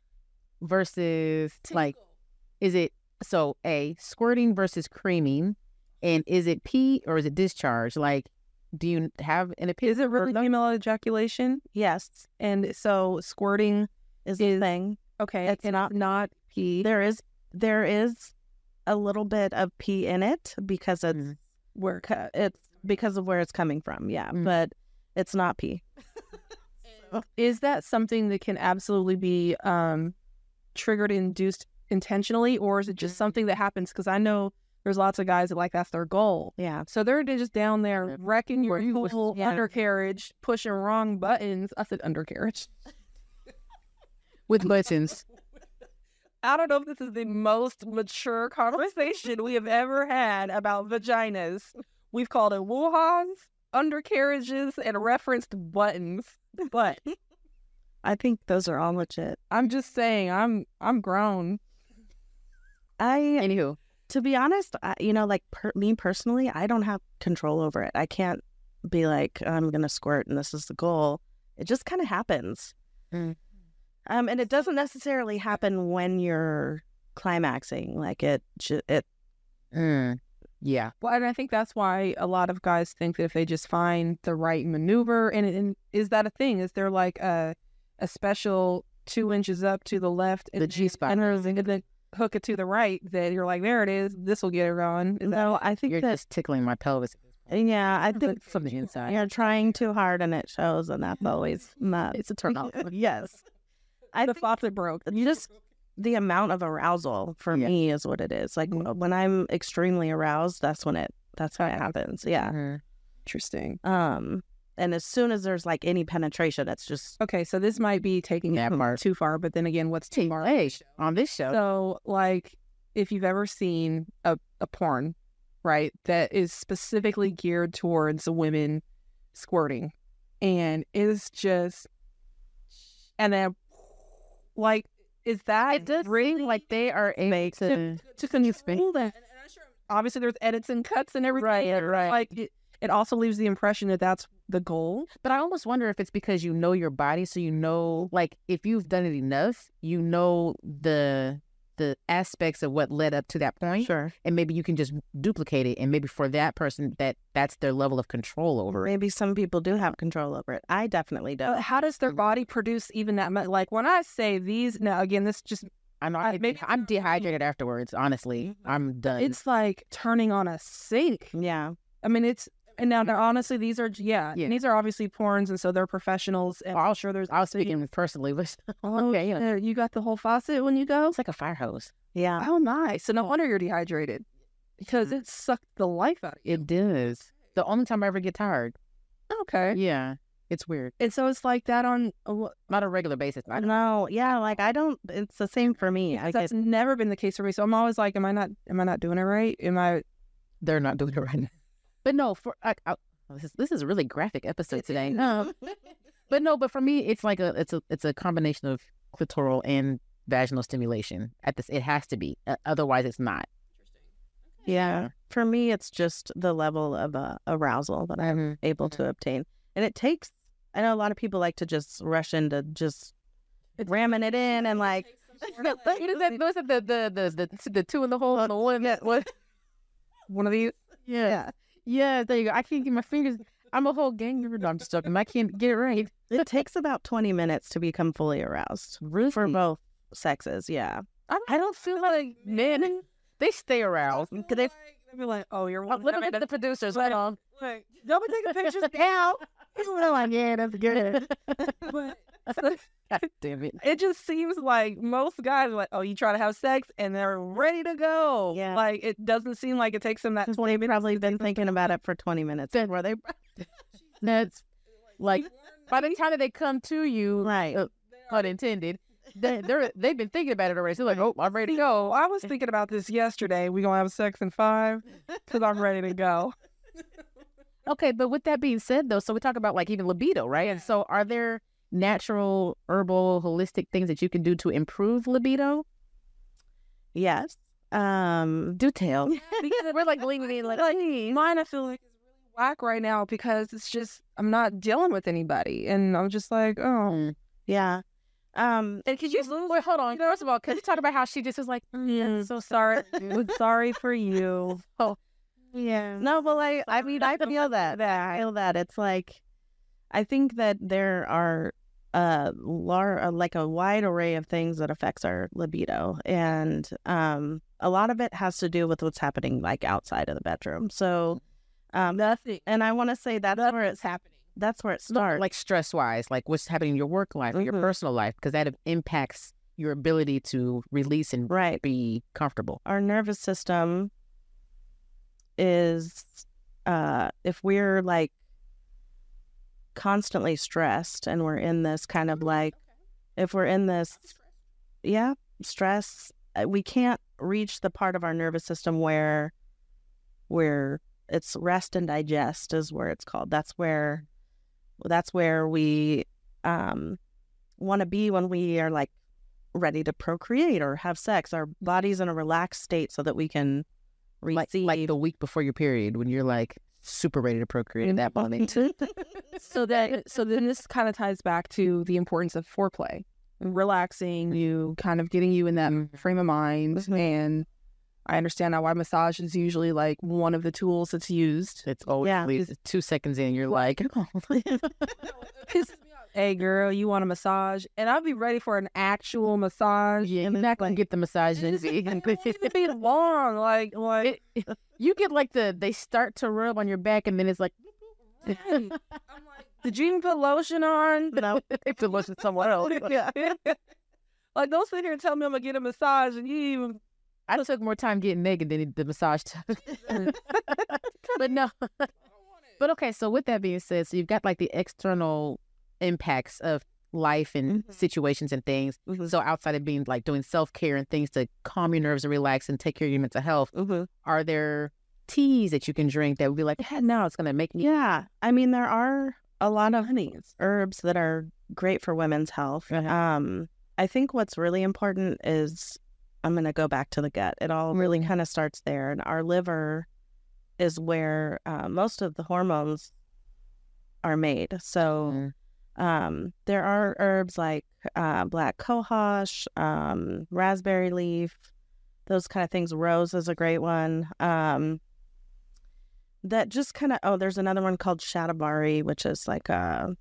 C: versus like is it so a squirting versus creaming and is it pee or is it discharge? Like do you have an opinion?
D: Is it really female ejaculation?
E: Yes.
D: And so squirting.
E: Is the
D: Is-
E: thing.
D: Okay,
E: It's
D: it's not not pee.
E: There is there is a little bit of pee in it because it's
D: Mm.
C: Mhm.
E: where co- it's because of where it's coming from. Yeah,
C: Mm.
E: but it's not pee.
D: Is that something that can absolutely be um, triggered, induced intentionally, or is it just something that happens? Because I know there's lots of guys that like that's their goal.
E: Yeah.
D: So they're just down there wrecking your
C: Working with-
D: whole
E: yeah.
D: undercarriage, pushing wrong buttons. I said undercarriage.
C: with buttons?
D: I don't know if this is the most mature conversation we have ever had about vaginas. We've called it wuhans, undercarriages, and referenced buttons. But
E: I think those are all legit.
D: I'm just saying, I'm I'm grown.
E: I
C: Anywho.
E: to be honest, I, you know, like per, me personally, I don't have control over it. I can't be like I'm going to squirt and this is the goal. It just kind of happens.
C: Mm.
E: Um and it doesn't necessarily happen when you're climaxing. Like it ju- it
C: Mm, yeah.
D: Well, and I think that's why a lot of guys think that if they just find the right maneuver, and, and is that a thing? Is there like a a special two inches up to the left, and
C: The
D: then-
C: G spot.
D: and there's- and then hook it to the right? That you're like, there it is. This will get it going. Is that-
E: no, I think
C: You're
E: that
C: just tickling my pelvis.
E: yeah, I think
C: From the inside.
E: you're trying too hard and it shows and that's always not
C: It's a turn off.
E: yes. I
D: the
E: think
D: faucet broke.
E: you just the amount of arousal for
C: Yeah. Mm-hmm.
E: me is what it is. Like
D: Mhm.
E: when I'm extremely aroused, that's when it that's
C: Oh,
E: when it happens. Yeah.
C: Mhm.
D: Interesting.
E: Um and as soon as there's like any penetration, it's just
D: Okay, so this might be taking
C: That
D: it
C: part.
D: too far, but then again, what's too far?
C: Hey, on this show.
D: So, like, if you've ever seen a, a porn, right, that is specifically geared towards women squirting, and it's just, and then, like, is that
C: it does ring like they are able
E: Make
C: to,
D: to control that? Obviously, there's edits and cuts and everything.
C: Right, right.
D: Like, it, it also leaves the impression that that's the goal.
C: But I almost wonder if it's because you know your body, so you know, like if you've done it enough, you know the the aspects of what led up to that point,
E: Sure.
C: and maybe you can just duplicate it. And maybe for that person, that that's their level of control over it.
E: Maybe some people do have control over it. I definitely
D: Uh,
E: don't.
D: How does
C: Mm-hmm.
D: their body produce even that much? Like when I say these, now again, this just
C: I know.
D: I-
C: I,
D: maybe-
C: I'm dehydrated afterwards. Honestly, I'm done.
D: it's Mm-hmm. like turning on a sink.
E: Yeah.
D: I mean, it's and now, now honestly, these are Mm-hmm. yeah,
C: Yeah.
D: and these are obviously porns, and so they're professionals. And
C: Well,
D: I'm sure there's
C: I was speaking personally, but
D: Oh,
C: okay, yeah.
D: shit, you got the whole faucet when you go.
C: it's like a fire hose.
E: Yeah.
D: Oh my! So no wonder you're dehydrated because it sucked the life out of you.
C: It does. The only time I ever get tired.
D: Okay,
C: Yeah, it's weird.
D: and so it's like that on uh, a wh-
C: Not a regular basis. I don't
E: No. Yeah. Like I don't. It's the same for me. I
D: that's
E: get.
D: never been the case for me. So I'm always like, am I not? Am I not doing it right? Am I?
C: they're not doing it right now. But no, for I, I, oh, this is this is a really graphic episode today. No, but no, but for me, it's like a it's a it's a combination of clitoral and vaginal stimulation. At this, it has to be. Uh, otherwise, it's not.
E: Yeah. For me, it's just the level of uh, arousal that I'm
C: Mm-hmm.
E: able to obtain, and it takes. I know a lot of people like to just rush into just ramming it in and like.
C: Those are the the the the, the two in the hole and the one that was
D: One of these?
C: yeah. yeah there you go. I can't get my fingers. I'm a whole gang member. No, I'm just joking. I can't get it right.
E: It takes about 20 minutes to become fully aroused
C: Really?
E: for both sexes. Yeah.
C: I don't feel like men. They stay around.
D: Could they? I'd be like, oh, you're
C: Oh,
D: one.
C: Let me look at the producers. Hold on.
D: Like, don't be taking pictures now.
C: yeah, that's good.
D: But
C: God damn it.
D: it just seems like most guys are like, oh, you try to have sex and they're ready to go.
E: Yeah.
D: Like it doesn't seem like it takes them that
E: 20 minutes. Probably been thinking about it for 20 minutes.
C: Then-
E: Were they
C: That's like by the time that they come to you,
E: right?
C: Uh, pun intended, they, they're they've been thinking about it already. So they're like, oh, I'm ready to
D: Oh,
C: go.
D: I was thinking about this yesterday. We gonna have sex in five because I'm ready to go.
C: Okay, but with that being said, though, so we talk about like even libido, right? And so, are there natural, herbal, holistic things that you can do to improve libido?
E: Yes. Um,
C: Do tell.
D: Because
C: We're like leaning in, like,
D: like mine, I feel like is really whack right now because it's just I'm not dealing with anybody, and I'm just like, oh,
E: yeah. Um,
D: and could you?
C: wait, hold on. First of all, because you talked about how she just was like,
D: Yeah, so sorry. sorry for you.
C: yeah,
E: no, well, I, I mean, I feel that. I feel that. It's like, I think that there are a lar- uh, like a wide array of things that affects our libido, and um, a lot of it has to do with what's happening like outside of the bedroom. So, um,
D: Nothing.
E: and I want to say that's where it's happening. That's where it starts.
C: like stress wise, like what's happening in your work life, your
E: Mhm.
C: personal life, because that impacts your ability to release and
E: right.
C: be comfortable.
E: our nervous system is uh if we're like constantly stressed and we're in this kind
C: Mm-hmm.
E: of like if we're in this yeah stress uh, we can't reach the part of our nervous system where where it's rest and digest is where it's called that's where that's where we um want to be when we are like ready to procreate or have sex. Our body's in a relaxed state so that we can
C: Mm-hmm. like,
E: receive.
C: like the week before your period when you're like super ready to procreate at that moment.
D: so that so then this kind of ties back to the importance of foreplay and relaxing you kind of getting you in that frame of mind and i understand now why massage is usually like one of the tools that's used
C: It's always
E: Yeah.
C: at least two seconds in, you're like,
D: hey girl you want a massage and i'll be ready for an actual massage
C: yeah, and not gonna get the massage
D: It doesn't-
C: Lindsay.
D: it won't even be long like like
C: It- you get like the they start to rub on your back and then it's like
D: Right. I'm like, did you even put lotion on
C: no, if it wasn't someone else.
D: yeah like don't sit here and tell me i'm gonna get a massage and you even
C: I took more time getting naked than the massage took. but no. But okay, so with that being said, so you've got like the external impacts of life and
E: Mhm.
C: situations and things.
E: Mhm.
C: So outside of being like doing self care and things to calm your nerves and relax and take care of your mental health,
E: Mhm.
C: are there teas that you can drink that would be like, yeah, no, it's gonna make me
E: Yeah. I mean, there are a lot of herbs that are great for women's health.
C: Uh-huh.
E: Um, I think what's really important is I'm going to go back to the gut. It all really kind of starts there. And our liver is where uh, most of the hormones are made. So, Um, there are herbs like uh, black cohosh, um, raspberry leaf, those kind of things. Rose is a great one. Um, that just kind of oh, there's another one called shatabari, which is like a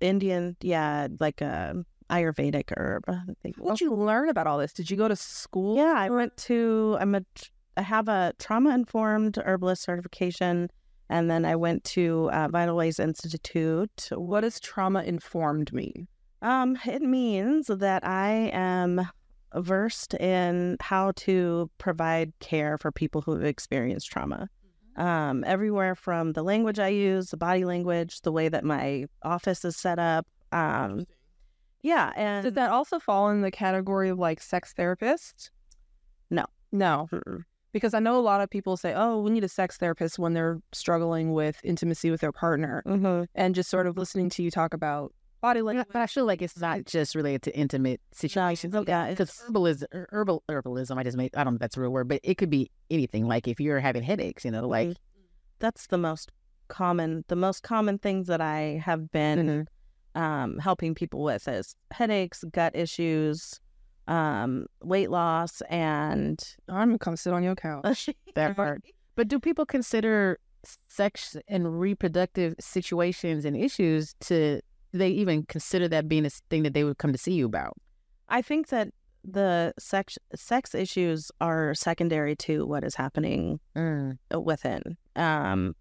E: Indian, yeah, like a Ayurvedic herb. I think. Oh,
D: What would you learn about all this? Did you go to school?
E: Yeah, I went to. I'm a. tr- I have a trauma informed herbalist certification, and then I went to uh, Vital Ways Institute.
D: What does trauma informed mean?
E: Um, it means that I am versed in how to provide care for people who have experienced trauma.
D: Mm-hmm.
E: Um, everywhere from the language I use, the body language, the way that my office is set up. Um, yeah, and
D: Does that also fall in the category of like sex therapist?
E: No.
D: No.
E: Mm-mm.
D: Because I know a lot of people say, oh, we need a sex therapist when they're struggling with intimacy with their partner.
E: Mhm.
D: And just sort of listening to you talk about body language.
C: But I feel like it's not just related to intimate situations. Oh,
E: no, yeah,
C: because
E: it's-
C: herbalism, her- herbal herbalism, I just made. I don't know if that's a real word, but it could be anything. Like if you're having headaches, you know, like
D: Mm.
E: Mhm. that's the most common the most common things that I have been
D: Mm-hmm.
E: um, helping people with is headaches, gut issues, um, weight loss, and
D: I'm going to come sit on your couch.
C: that part. But do people consider sex and reproductive situations and issues to? Do they even consider that being a s- thing that they would come to see you about?
E: I think that the sex sex issues are secondary to what is happening Mm. uh, within. Um,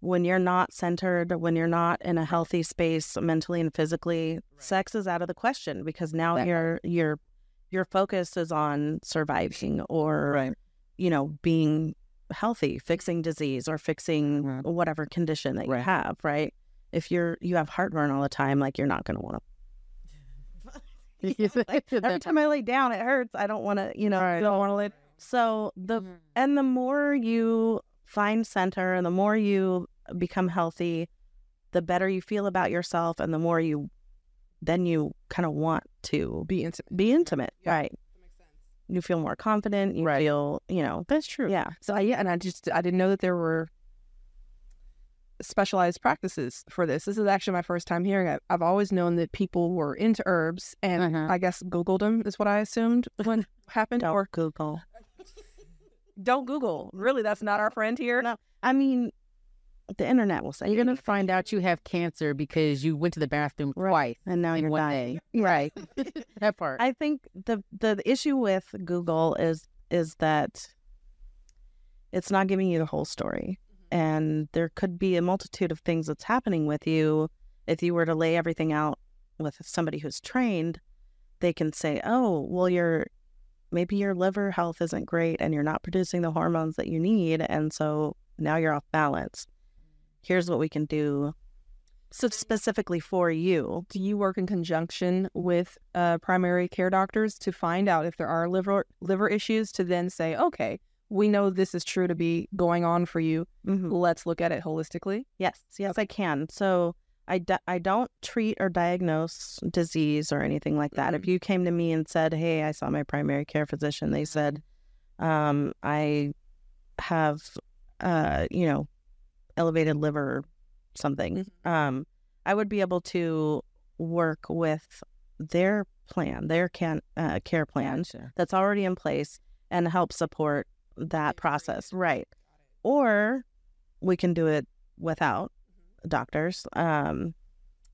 E: when you're not centered, when you're not in a healthy space mentally and physically, sex is out of the question because now
C: That-
E: your your your focus is on surviving or you know being healthy, fixing disease or fixing
C: Right.
E: whatever condition that
C: Right.
E: you have. Right? If you're you have heartburn all the time, like you're not going to want to every time I lay down, it hurts. I don't want to, you know, I don't want to lay. So the
C: Mm-hmm.
E: and the more you find center, and the more you become healthy, the better you feel about yourself, and the more you then you kind of want to
D: Be intimate.
E: be intimate, right? You feel more confident. You
C: Right.
E: feel, you know,
C: That's true.
E: yeah.
D: So I, yeah, and I just I didn't know that there were specialized practices for this. This is actually my first time hearing it. I've always known that people were into herbs, and
C: Uh-huh.
D: I guess Googled them is what I assumed when happened.
E: Don't
D: Or
E: Google.
D: don't Google. Really, that's not our friend here.
E: No. I mean, the internet will say
C: You're gonna find out you have cancer because you went to the bathroom twice
E: and now
C: in
E: you're
C: one
E: dying.
C: day.
E: Right.
C: That part.
E: I think the, the the issue with Google is is that it's not giving you the whole story, and there could be a multitude of things that's happening with you. If you were to lay everything out with somebody who's trained, they can say, "Oh, well, your maybe your liver health isn't great, and you're not producing the hormones that you need, and so now you're off balance. Here's what we can do." So specifically for you,
D: Do you work in conjunction with uh, primary care doctors to find out if there are liver liver issues? To then say, okay, we know this is true to be going on for you. Let's look at it holistically.
E: Yes, yes, I can. So I, d- I don't treat or diagnose disease or anything like that. If you came to me and said, "Hey, I saw my primary care physician," they said, um, "I have, uh, you know, elevated liver, something," um, I would be able to work with their plan, their can uh, care plan
C: Gotcha.
E: that's already in place, and help support that process, right? Or we can do it without
C: Mm-hmm.
E: doctors. Um,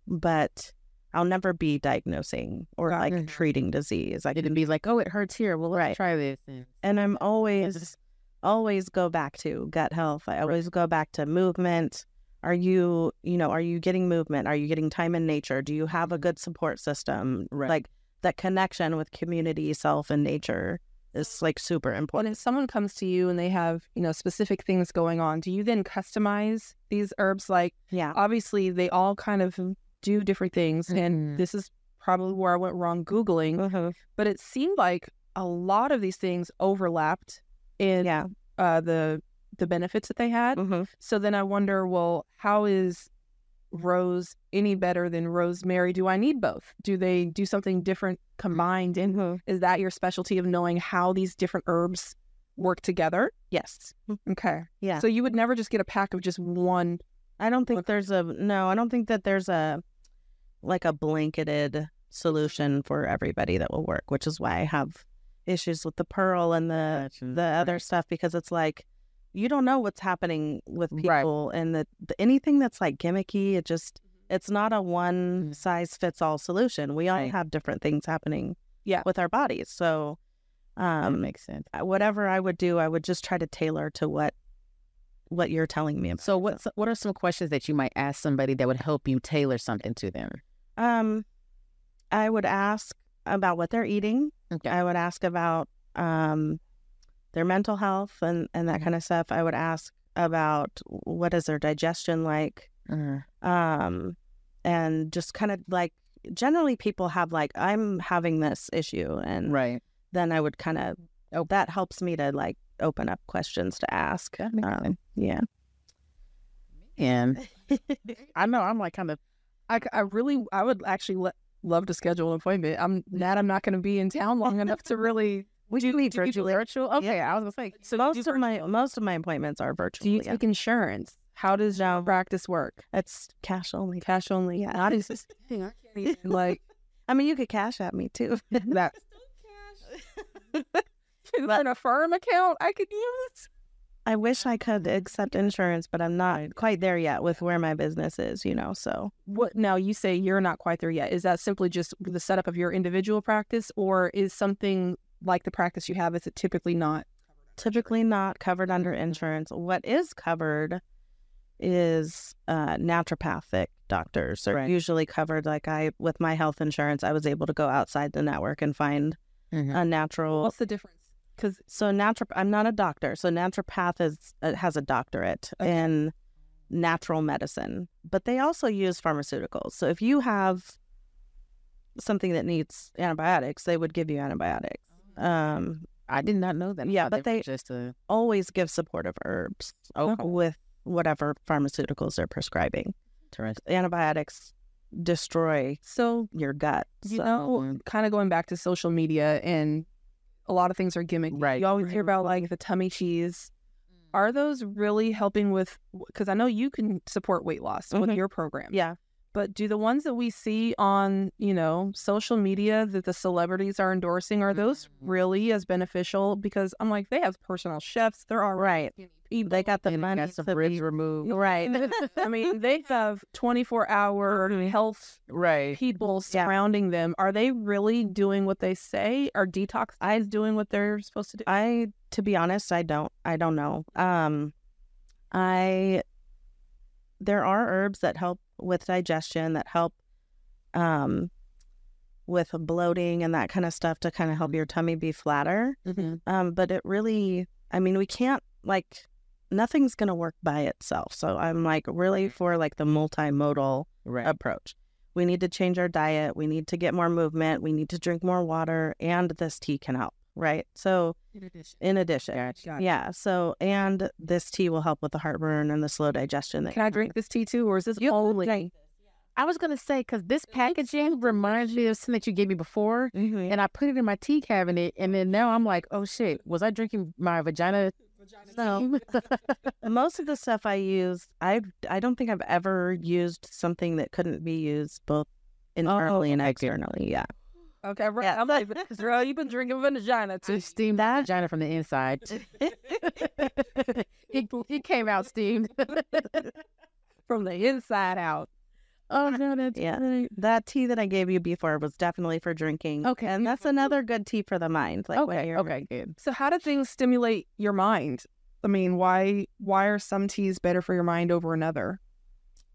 E: but I'll never be diagnosing or
D: Got
E: like
C: it.
E: treating disease. I
C: It'd
E: can,
C: be like, oh, it hurts here. Well, let's
E: Right.
C: try this. And
E: and I'm always, always go back to gut health. I always go back to movement. Are you, you know, are you getting movement? Are you getting time in nature? Do you have a good support system?
C: Right.
E: Like that connection with community, self, and nature is like super
D: Well,
E: important.
D: if someone comes to you and they have, you know, specific things going on, do you then customize these herbs? Like,
E: Yeah.
D: obviously, they all kind of do different things.
C: Mhm.
D: And this is probably where I went wrong Googling,
E: Mhm.
D: but it seemed like a lot of these things overlapped in
E: Yeah.
D: uh, the the benefits that they had.
E: Mhm.
D: So then I wonder, well, how is rose any better than rosemary? Do I need both? Do they do something different combined? And is that your specialty of knowing how these different herbs work together?
E: Yes. Mm-hmm.
D: Okay.
E: Yeah.
D: So you would never just get a pack of just one.
E: I don't think
D: Look-
E: there's a no. I don't think that there's a like a blanketed solution for everybody that will work, which is why I have issues with the pearl and the
C: Gotcha.
E: the other stuff because it's like you don't know what's happening with
C: Right.
E: people and that the, anything that's like gimmicky, it just it's not a one size fits all solution. We all
C: Mm-hmm. Right.
E: have different things happening
D: Yeah.
E: with our bodies. So
C: That
E: um
C: makes sense.
E: I- whatever I would do, I would just try to tailor to what what you're telling me. About.
C: So, what what are some questions that you might ask somebody that would help you tailor something to them?
E: Um, I would ask about what they're eating.
C: Okay.
E: I would ask about um their mental health and
D: Mm-hmm.
E: and that kind of stuff. I would ask about what is their digestion like.
C: Mm.
E: Um, and just kind of like generally people have like I'm having this issue, and
C: Right.
E: then I would kind of
C: Oh.
E: that helps me to like open up questions to ask.
C: That makes
E: Um,
C: sense.
E: yeah.
C: And
D: I know. I'm like kind of. I, c- I really. I would actually le- love to schedule an appointment. I'm mad. I'm not going to be in town long enough to really.
E: We
D: do
E: need
D: do you do virtual. Okay, I was gonna say. So you do
E: most of my most of my appointments are virtual.
D: Do you
E: yeah.
D: take insurance? How does your practice work?
E: It's cash only.
D: Cash only.
E: Yeah.
D: Not as like
E: I mean, you could cash at me too.
D: that. Is there an affirm account I could use?
E: I wish I could accept insurance, but I'm not quite there yet with where my business is, you know. So
D: What now? You say you're not quite there yet. Is that simply just the setup of your individual practice, or is something like the practice you have? Is it typically not?
E: typically not covered under insurance. What is covered is uh, naturopathic doctors are
C: Right.
E: usually covered. Like I, with my health insurance, I was able to go outside the network and find
C: Mhm.
E: a natural
D: What's the difference? Because
E: So natural. I'm not a doctor. So naturopath is uh, has a doctorate in natural medicine, but they also use pharmaceuticals. So if you have something that needs antibiotics, they would give you antibiotics. Um,
C: I did not know that. I
E: Yeah,
C: thought
E: but
C: were
E: they- Oh.
C: just a
E: always give supportive herbs
C: Okay.
E: with whatever pharmaceuticals they're prescribing.
C: interesting.
E: Antibiotics destroy
D: so
E: your gut.
D: you
E: so-
C: um,
D: know, kind of going back to social media and a lot of things are gimmick.
C: Right. Mm-hmm.
D: You always hear about like the tummy cheese. Are those really helping with? Because I know you can support weight loss with
C: Mm-hmm.
E: Mhm.
D: your program.
E: yeah,
D: But do the ones that we see on, you know, social media that the celebrities are endorsing, are those
C: Mm-hmm.
D: really as beneficial? Because I'm like, they have personal chefs. They're all
E: right. They got the
C: And I
E: money
C: got some
E: to
C: ribs
E: be-
C: removed.
E: right.
D: I mean, they have 24 hour
C: Mm-hmm.
D: health
C: Right.
D: people
E: Yeah.
D: surrounding them. Are they really doing what they say? Are detox eyes doing what they're supposed to do?
E: I to be honest, I don't I don't know. Um I there are herbs that help with digestion that help um with bloating and that kind of stuff to kind of help your tummy be flatter.
C: Mhm.
E: Um but it really I mean we can't like nothing's going to work by itself. So I'm like really
D: Mm-hmm.
E: for like the multimodal
C: Right.
E: approach. We need to change our diet. We need to get more movement. We need to drink more water and this tea can help, right? So in addition, yeah. So, and this tea will help with the heartburn and the slow digestion. That
D: Can I drink this tea too, or is this
C: You-
D: only?
C: I was gonna say because this
E: Mm-hmm.
C: packaging reminds me of something that you gave me before,
E: Mhm.
C: and I mm-hmm, put it in my tea cabinet, and then now I'm like, oh shit, was I drinking my vagina?
E: No. Most of the stuff I use, I I don't think I've ever used something that couldn't be used both
C: Oh.
E: internally and externally. Yeah.
D: Okay, right.
E: Yeah.
D: I'm like, girl, you've been drinking vagina
C: to
D: tea.
C: steam that vagina from the inside. it, it came out steamed.
D: from the inside out.
C: oh no, that's
E: Yeah.
C: great.
E: That tea that I gave you before was definitely for drinking.
C: Okay,
E: And that's another good tea for the mind. Like what
C: Okay,
E: you're-
C: okay, good.
D: So how do things stimulate your mind? I mean, why why are some teas better for your mind over another?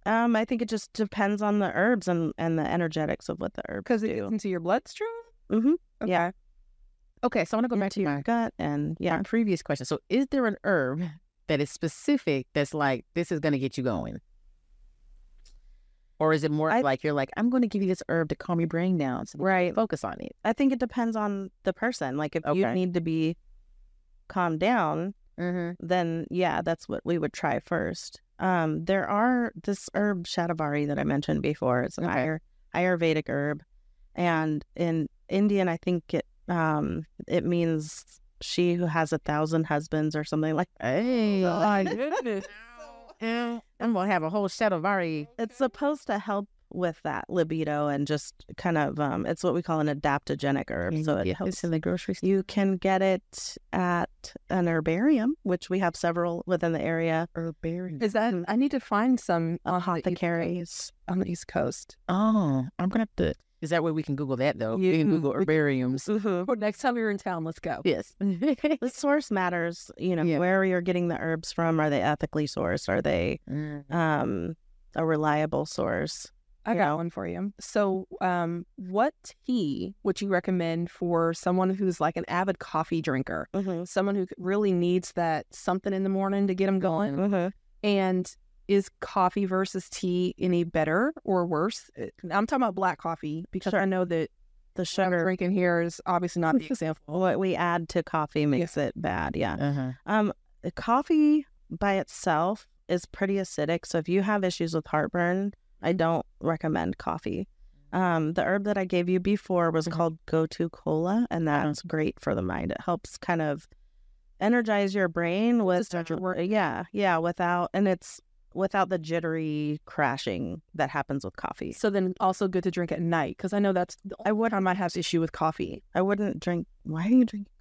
E: Um, I think it just depends on the herbs and, and the energetics of what the herbs
D: Because it
E: do.
D: gets into your bloodstream.
E: hmm
D: Okay.
E: Yeah.
C: Okay, so I want to go back to my
E: Gut and yeah.
C: my previous question. So, is there an herb that is specific that's like this is going to get you going, or is it more
E: I-
C: like you're like I'm going to give you this herb to calm your brain down, so we
E: Right.
C: focus on it?
E: I think it depends on the person. Like if you
C: Okay.
E: need to be calmed down,
C: Mm-hmm.
E: then yeah, that's what we would try first. Um, there are this herb shatavari that I mentioned before. It's an
C: Okay.
E: Ayur, Ayurvedic herb, and in Indian, I think it um it means she who has a thousand husbands or something like.
C: Hey,
D: My goodness.
C: Mm, I'm gonna have a whole shatavari.
E: It's supposed to help with that libido and just kind of um, it's what we call an adaptogenic herb. So it
C: Mm, Yeah,
E: helps.
C: It's in the grocery store.
E: You can get it at an herbarium, which we have several within the area.
C: Herbarium.
D: Is that I need to find some on the, east-
E: Apothecaries.
D: on the East Coast.
C: Oh, I'm gonna have to. Is that way we can Google that though?
D: Yeah.
C: We can Google herbariums. Mm,
E: Mm-hmm.
D: Well, next time you're in town, let's go.
C: Yes.
E: The source matters, you know,
C: Yeah.
E: where you're getting the herbs from. Are they ethically sourced? Are they
C: Mm.
E: um, a reliable source?
D: I
E: you
D: got
E: know?
D: one for you. So, um, what tea would you recommend for someone who's like an avid coffee drinker,
E: Mm-hmm.
D: someone who really needs that something in the morning to get them going?
E: Mm-hmm.
D: And is coffee versus tea any better or worse? Uh, I'm talking about black coffee because
E: Sure.
D: I know that what
E: The
D: I'm
E: sugar,
D: drinking here is obviously not the example.
E: what we add to coffee makes it bad. Yeah.
C: Uh-huh.
E: Um, the coffee by itself is pretty acidic. So if you have issues with heartburn, I
D: Mm-hmm.
E: don't recommend coffee. Um, the herb that I gave you before was
C: Mhm.
D: Mm-hmm.
E: called Gotu Cola, and
D: Uh-huh.
E: that's great for the mind. It helps kind of energize your brain with
D: start your work.
E: yeah, yeah, without and it's without the jittery crashing that happens with coffee.
D: So then also good to drink at night because I know that's the only I would I might have issue with coffee.
E: I wouldn't drink. Why are you drinking?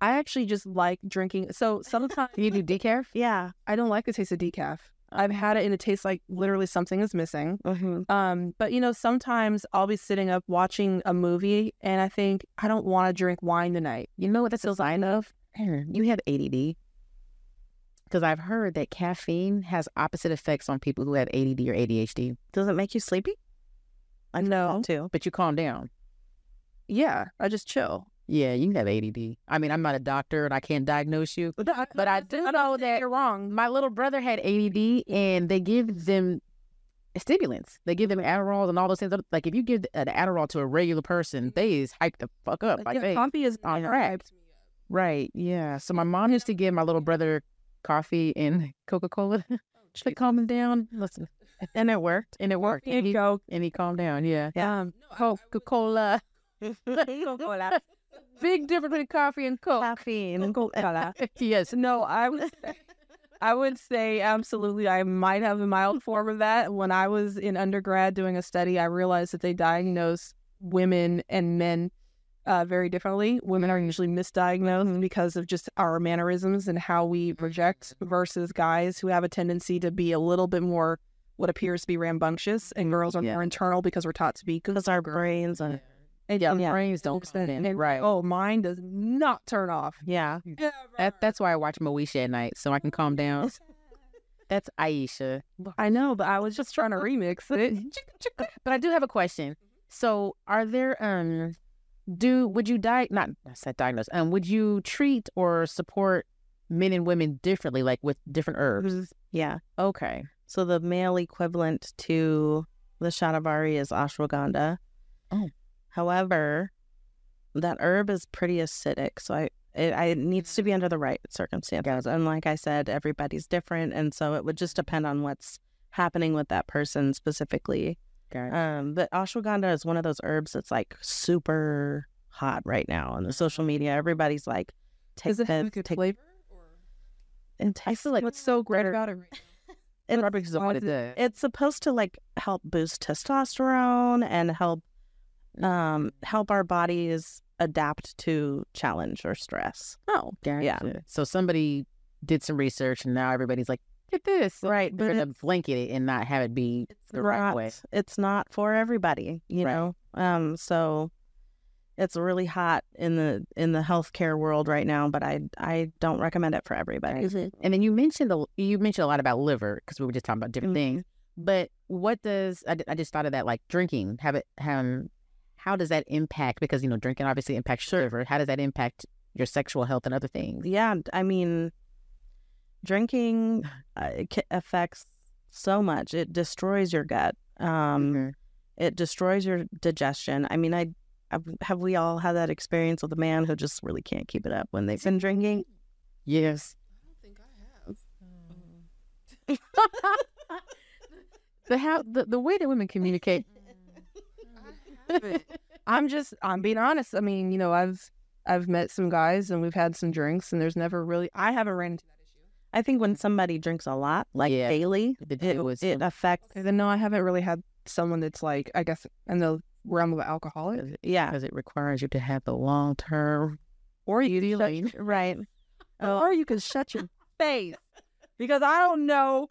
D: I actually just like drinking. So sometimes
C: You do decaf?
E: Yeah,
D: I don't like the taste of decaf. I've had it and it tastes like literally something is missing.
E: mm-hmm.
D: Um, but you know, sometimes I'll be sitting up watching a movie and I think I don't want to drink wine tonight. You know what that's a sign of?
C: Mm, You have ADD. Because I've heard that caffeine has opposite effects on people who have ADD or ADHD,
E: does it make you sleepy? I know too.
C: but you calm down.
D: Yeah, I just chill.
C: Yeah, you can have ADD. I mean, I'm not a doctor and I can't diagnose you.
D: But I,
C: But I do know that
D: you're wrong.
C: My little brother had ADD, and they give them stimulants. They give them Adderall and all those things. Like if you give an Adderall to a regular person, they is hyped the fuck up. I
D: Yeah,
C: think.
D: coffee is
C: on
D: never
C: crack.
D: hyped me up.
C: Right. Yeah. So my mom used to give my little brother coffee and Coca Cola
D: Oh,
C: to calm him down. Listen,
E: And it worked.
C: and it worked.
D: Here
C: And
D: you
C: he,
D: go.
C: and he calmed down. Yeah.
E: Yeah.
D: Um,
C: Coca Cola. Big difference between coffee and Coke.
E: Caffeine.
D: Coca-Cola.
C: yes.
D: No, I would say, I would say absolutely. I might have a mild form of that. When I was in undergrad doing a study, I realized that they diagnose women and men uh, very differently. Women are usually misdiagnosed because of just our mannerisms and how we project, versus guys who have a tendency to be a little bit more what appears to be rambunctious, and girls are
C: Yeah.
D: more internal because we're taught to be
E: Because our brains are.
D: and
C: Yeah.
E: Yeah.
C: Brains don't
D: and-
C: stand in.
D: and-
C: Right. Mm.
D: Oh, mine does not turn off.
E: Yeah.
C: That, that's why I watch Moesha at night so I can calm down. That's Aisha.
D: I know, but I was just trying to remix it.
C: But I do have a question. So, are there um do would you di not I said diagnose um would you treat or support men and women differently like with different herbs?
E: Mm-hmm. Yeah.
C: Okay.
E: So the male equivalent to the shatavari is ashwagandha.
C: Oh.
E: However, that herb is pretty acidic. So I. It, I, it needs
D: Mm.
E: to be under the right circumstances. And like I said, everybody's different. And so it would just depend on what's happening with that person specifically.
C: Got it.
E: Um, but ashwagandha is one of those herbs that's like super hot right now on the social media. Everybody's like, take
D: Does Uh-huh. it have a
E: this,
D: good
E: take
D: flavor?
E: and take.
C: I feel like
D: What's so great about it?
E: It's,
C: Robert is
D: why
C: what
D: is
C: it does.
E: it's supposed to like help boost testosterone and help,
C: Mm.
E: um, help our bodies adapt to challenge or stress.
D: Oh,
E: yeah.
C: Gotcha. So somebody did some research and now everybody's like, get this.
E: Right,
C: They're gonna blanket it and not have it be the right
E: not-
C: way.
E: It's not for everybody, you
C: Right.
E: know. Um, so it's really hot in the in the healthcare world right now, but I I don't recommend it for everybody.
C: And then you mentioned the you mentioned a lot about liver because we were just talking about different
E: Mhm.
C: things. But what does I, d- I just thought of that like drinking have it um, how does that impact because you know drinking obviously impacts your liver. How does that impact your sexual health and other things?
E: Yeah, I mean, drinking uh, it ca- affects so much. It destroys your gut. Um,
D: Mm-hmm.
C: Mhm.
E: It destroys your digestion. I mean, I I've, have we all had that experience with a man who just really can't keep it up when they've been drinking.
C: Yes. The how the, the way that women communicate.
D: I'm just I'm being honest. I mean, you know, I've I've met some guys and we've had some drinks and there's never really I haven't ran into
E: I think when somebody drinks a lot, like
C: Yeah.
E: daily,
C: The-
E: it,
C: it was-
E: it affects
D: Okay, then no, I haven't really had someone that's like, I guess, in the realm of alcoholic.
E: Yeah.
C: because it requires you to have the long term.
D: Or you could shut-
C: feeling.
E: Right. Oh,
D: or you can shut your face because I don't know.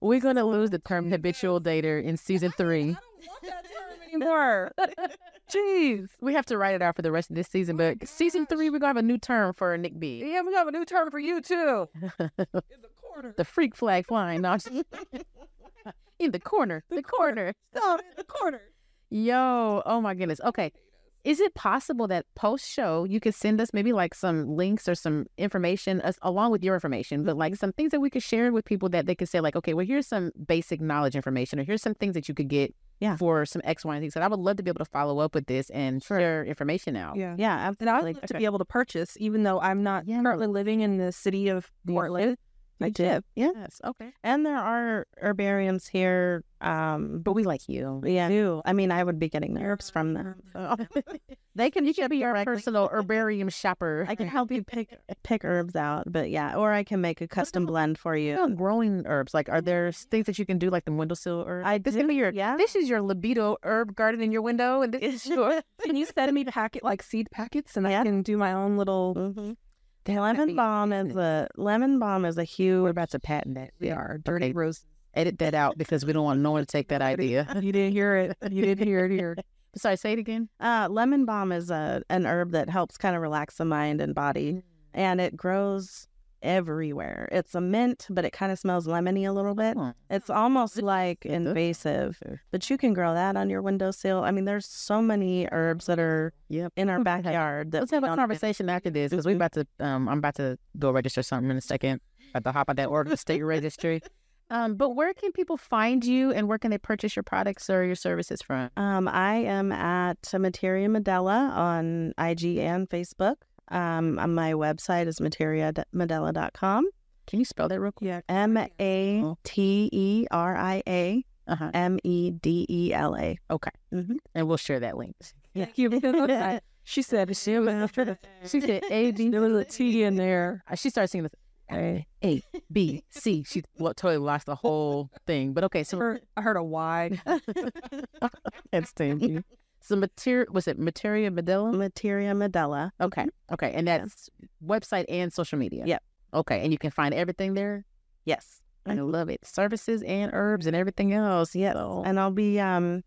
C: We're gonna lose the term habitual dater in season three.
D: anymore. Jeez.
C: We have to write it out for the rest of this season, but season three we're gonna have a new term for Nick B.
D: Yeah, we have a new term for you too. In the corner.
C: The freak flag flying. No, I'm just- in the corner. The corner.
D: Stop in the corner.
C: Yo, oh my goodness. Okay. Is it possible that post show you could send us maybe like some links or some information as, along with your information, but like some things that we could share with people that they could say like, okay, well here's some basic knowledge information or here's some things that you could get
E: Yeah.
C: for some X, Y, and Z. So I would love to be able to follow up with this and share information out.
D: Yeah.
E: yeah. I'm
D: And I would
E: like,
D: love to be able to purchase, even though I'm not
C: Yeah.
D: currently living in the city of
E: Yeah.
D: Portland. I
E: You
D: did.
C: Yes. Okay.
E: and there are herbariums here. Um,
C: But we like you.
E: yeah. I mean, I would be getting herbs from them. so. they can.
C: You should be our
E: directly-
C: personal herbarium shopper.
E: I can help you pick pick herbs out, but yeah, or I can make a custom
C: about-
E: blend for
C: What about
E: you.
C: um, growing herbs? Like, are there s- things that you can do, like the windowsill herb?
E: I
C: this can be your
E: yeah.
C: this is your libido herb garden in your window, and this is your
D: Can you send me packet like seed packets, and I can do my own little.
E: Mm-hmm.
C: That'd be
E: Lemon balm is
C: amazing.
E: a lemon balm is a huge.
C: We're about to patent that.
D: We are dirty
C: Okay.
D: roses.
C: Edit that out because we don't want no one to take that idea.
D: You didn't hear it. You didn't hear it here.
C: Sorry, say it again.
E: Uh, lemon balm is a an herb that helps kind of relax the mind and body, and it grows everywhere. It's a mint, but it kind of smells lemony a little bit.
C: Hmm.
E: It's almost like
C: does smell
E: invasive,
C: invasive.
E: but you can grow that on your windowsill. I mean, there's so many herbs that are
C: Yep.
E: in our
C: Okay.
E: backyard. That
C: Let's
E: we
C: have a
E: don't even-
C: conversation after this because we're about to. Um, I'm about to go register something in a second. About to hop on that Oregon State Registry. Um, but where can people find you, and where can they purchase your products or your services from?
E: Um, I am at Materia Medella on IG and Facebook. Um, and my website is materiamedella.com.
C: Can you spell that real quick?
D: Yeah.
E: M A T E R I A
C: Uh huh.
E: M E D E L A.
C: And we'll share that link.
D: Thank you. I- she said she after the
C: She said A B.
D: there was a T in there.
C: Uh, She started singing
D: E, I,
C: A B C. She lo- totally lost the whole thing. But okay, so
D: heard, I heard a Y.
C: that's stingy. So material was it Materia
E: Mm-hmm.
C: Medella?
E: Materia Medella.
C: Okay, okay, and that's website and social media.
E: Yep.
C: Okay, and you can find everything there.
E: Yes.
C: I love it. Services and herbs and everything else. Yeah. so-
E: And I'll be um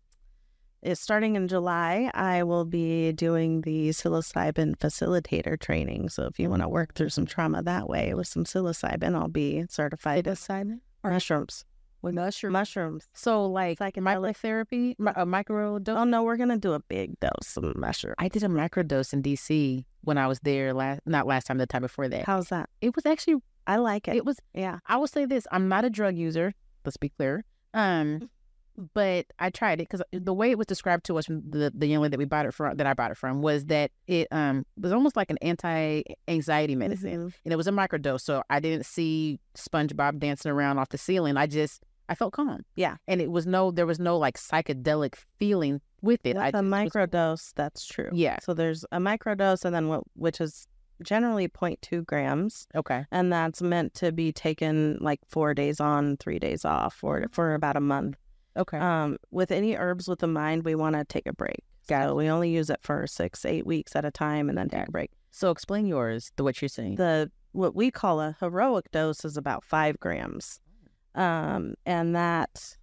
E: it's starting in July, I will be doing the psilocybin facilitator training. So if you want to work through some trauma that way with some psilocybin, I'll be certified as
C: Psilocybin?
E: mushrooms.
D: With mushroom.
E: Mushrooms.
C: So like
E: Psychedelic.
C: microtherapy, mi- a micro dose.
E: Oh no, we're gonna do a big dose of mushroom.
C: I did a microdose in DC when I was there last, not last time, the time before that.
E: How's that?
C: It was actually,
E: I like it.
C: it was
E: Yeah.
C: I will say this: I'm not a drug user. Let's be clear.
E: Mm.
C: Um, but I tried it because the way it was described to us from the the young lady that we bought it from, that I bought it from, was that it um was almost like an anti anxiety medicine,
E: Mhm.
C: and it was a microdose. So I didn't see SpongeBob dancing around off the ceiling. I just I felt calm.
E: Yeah.
C: and it was no there was no like psychedelic feeling with it. I
E: With a
C: just was-
E: microdose, that's true.
C: Yeah.
E: So there's a microdose and then what which is generally 0.2 grams
C: Okay.
E: and that's meant to be taken like 4 days on, 3 days off or for about a month.
C: Okay.
E: Um with any herbs with the mind, we want to take a break. So we only use it for 6 8 weeks at a time and then take a break.
C: so explain yours. The what you're saying.
E: the what we call a heroic dose is about five grams um and that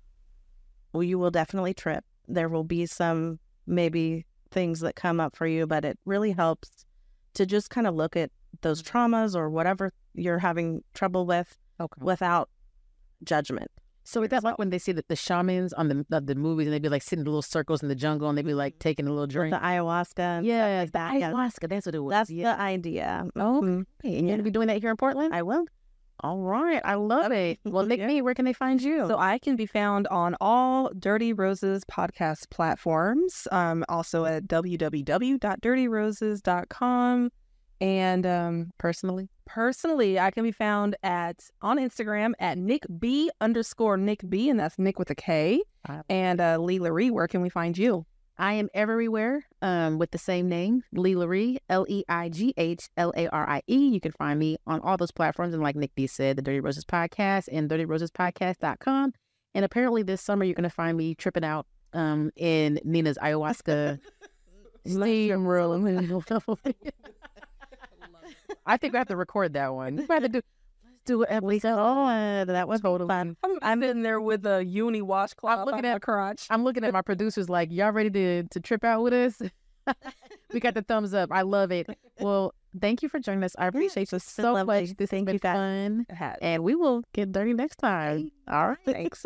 E: well you will definitely trip there will be some maybe things that come up for you but it really helps to just kind of look at those traumas or whatever you're having trouble with
C: okay.
E: without judgment
C: So is that like when they see the, the shamans on the of the movies and they be like sitting in little circles in the jungle and they be like taking a little drink?
E: the ayahuasca
C: yeah, the
E: that, yeah.
C: ayahuasca. That's what it was.
E: that's
C: yeah.
E: the idea
C: oh, okay.
E: Mhm.
C: and you're gonna be doing that here in Portland.
E: i will
C: All right, I love it. Well, Nick, me, where can they find you?
D: So I can be found on all Dirty Roses podcast platforms. Um, also at www.dirtyroses.com. And um,
C: personally,
D: personally, I can be found at on Instagram at Nick B underscore Nick B, and that's Nick with a K.
C: I-
D: And uh, Lee Laree, where can we find you?
C: I am everywhere um, with the same name, Leelarie, L E I G H L A R I E. You can find me on all those platforms. And like Nick D said, the Dirty Roses Podcast and dirtyrosespodcast.com. And apparently this summer, you're going to find me tripping out um, in Nina's ayahuasca steam room. I think we have to record that one. We have to do. Let's do it, Lisa. Oh, uh, that was totally fun.
D: I'm, in there with a uni washcloth.
C: I'm looking
D: on
C: at-
D: my crotch.
C: I'm looking at my producers like, y'all ready to, to trip out with us? we got the thumbs up. I love it. Well, thank you for joining us. I appreciate you
E: it's been
C: so
E: lovely.
C: much. This has
E: Thank
C: been
E: you, guys.
C: fun. And we will get dirty next time. All right.
E: Thanks.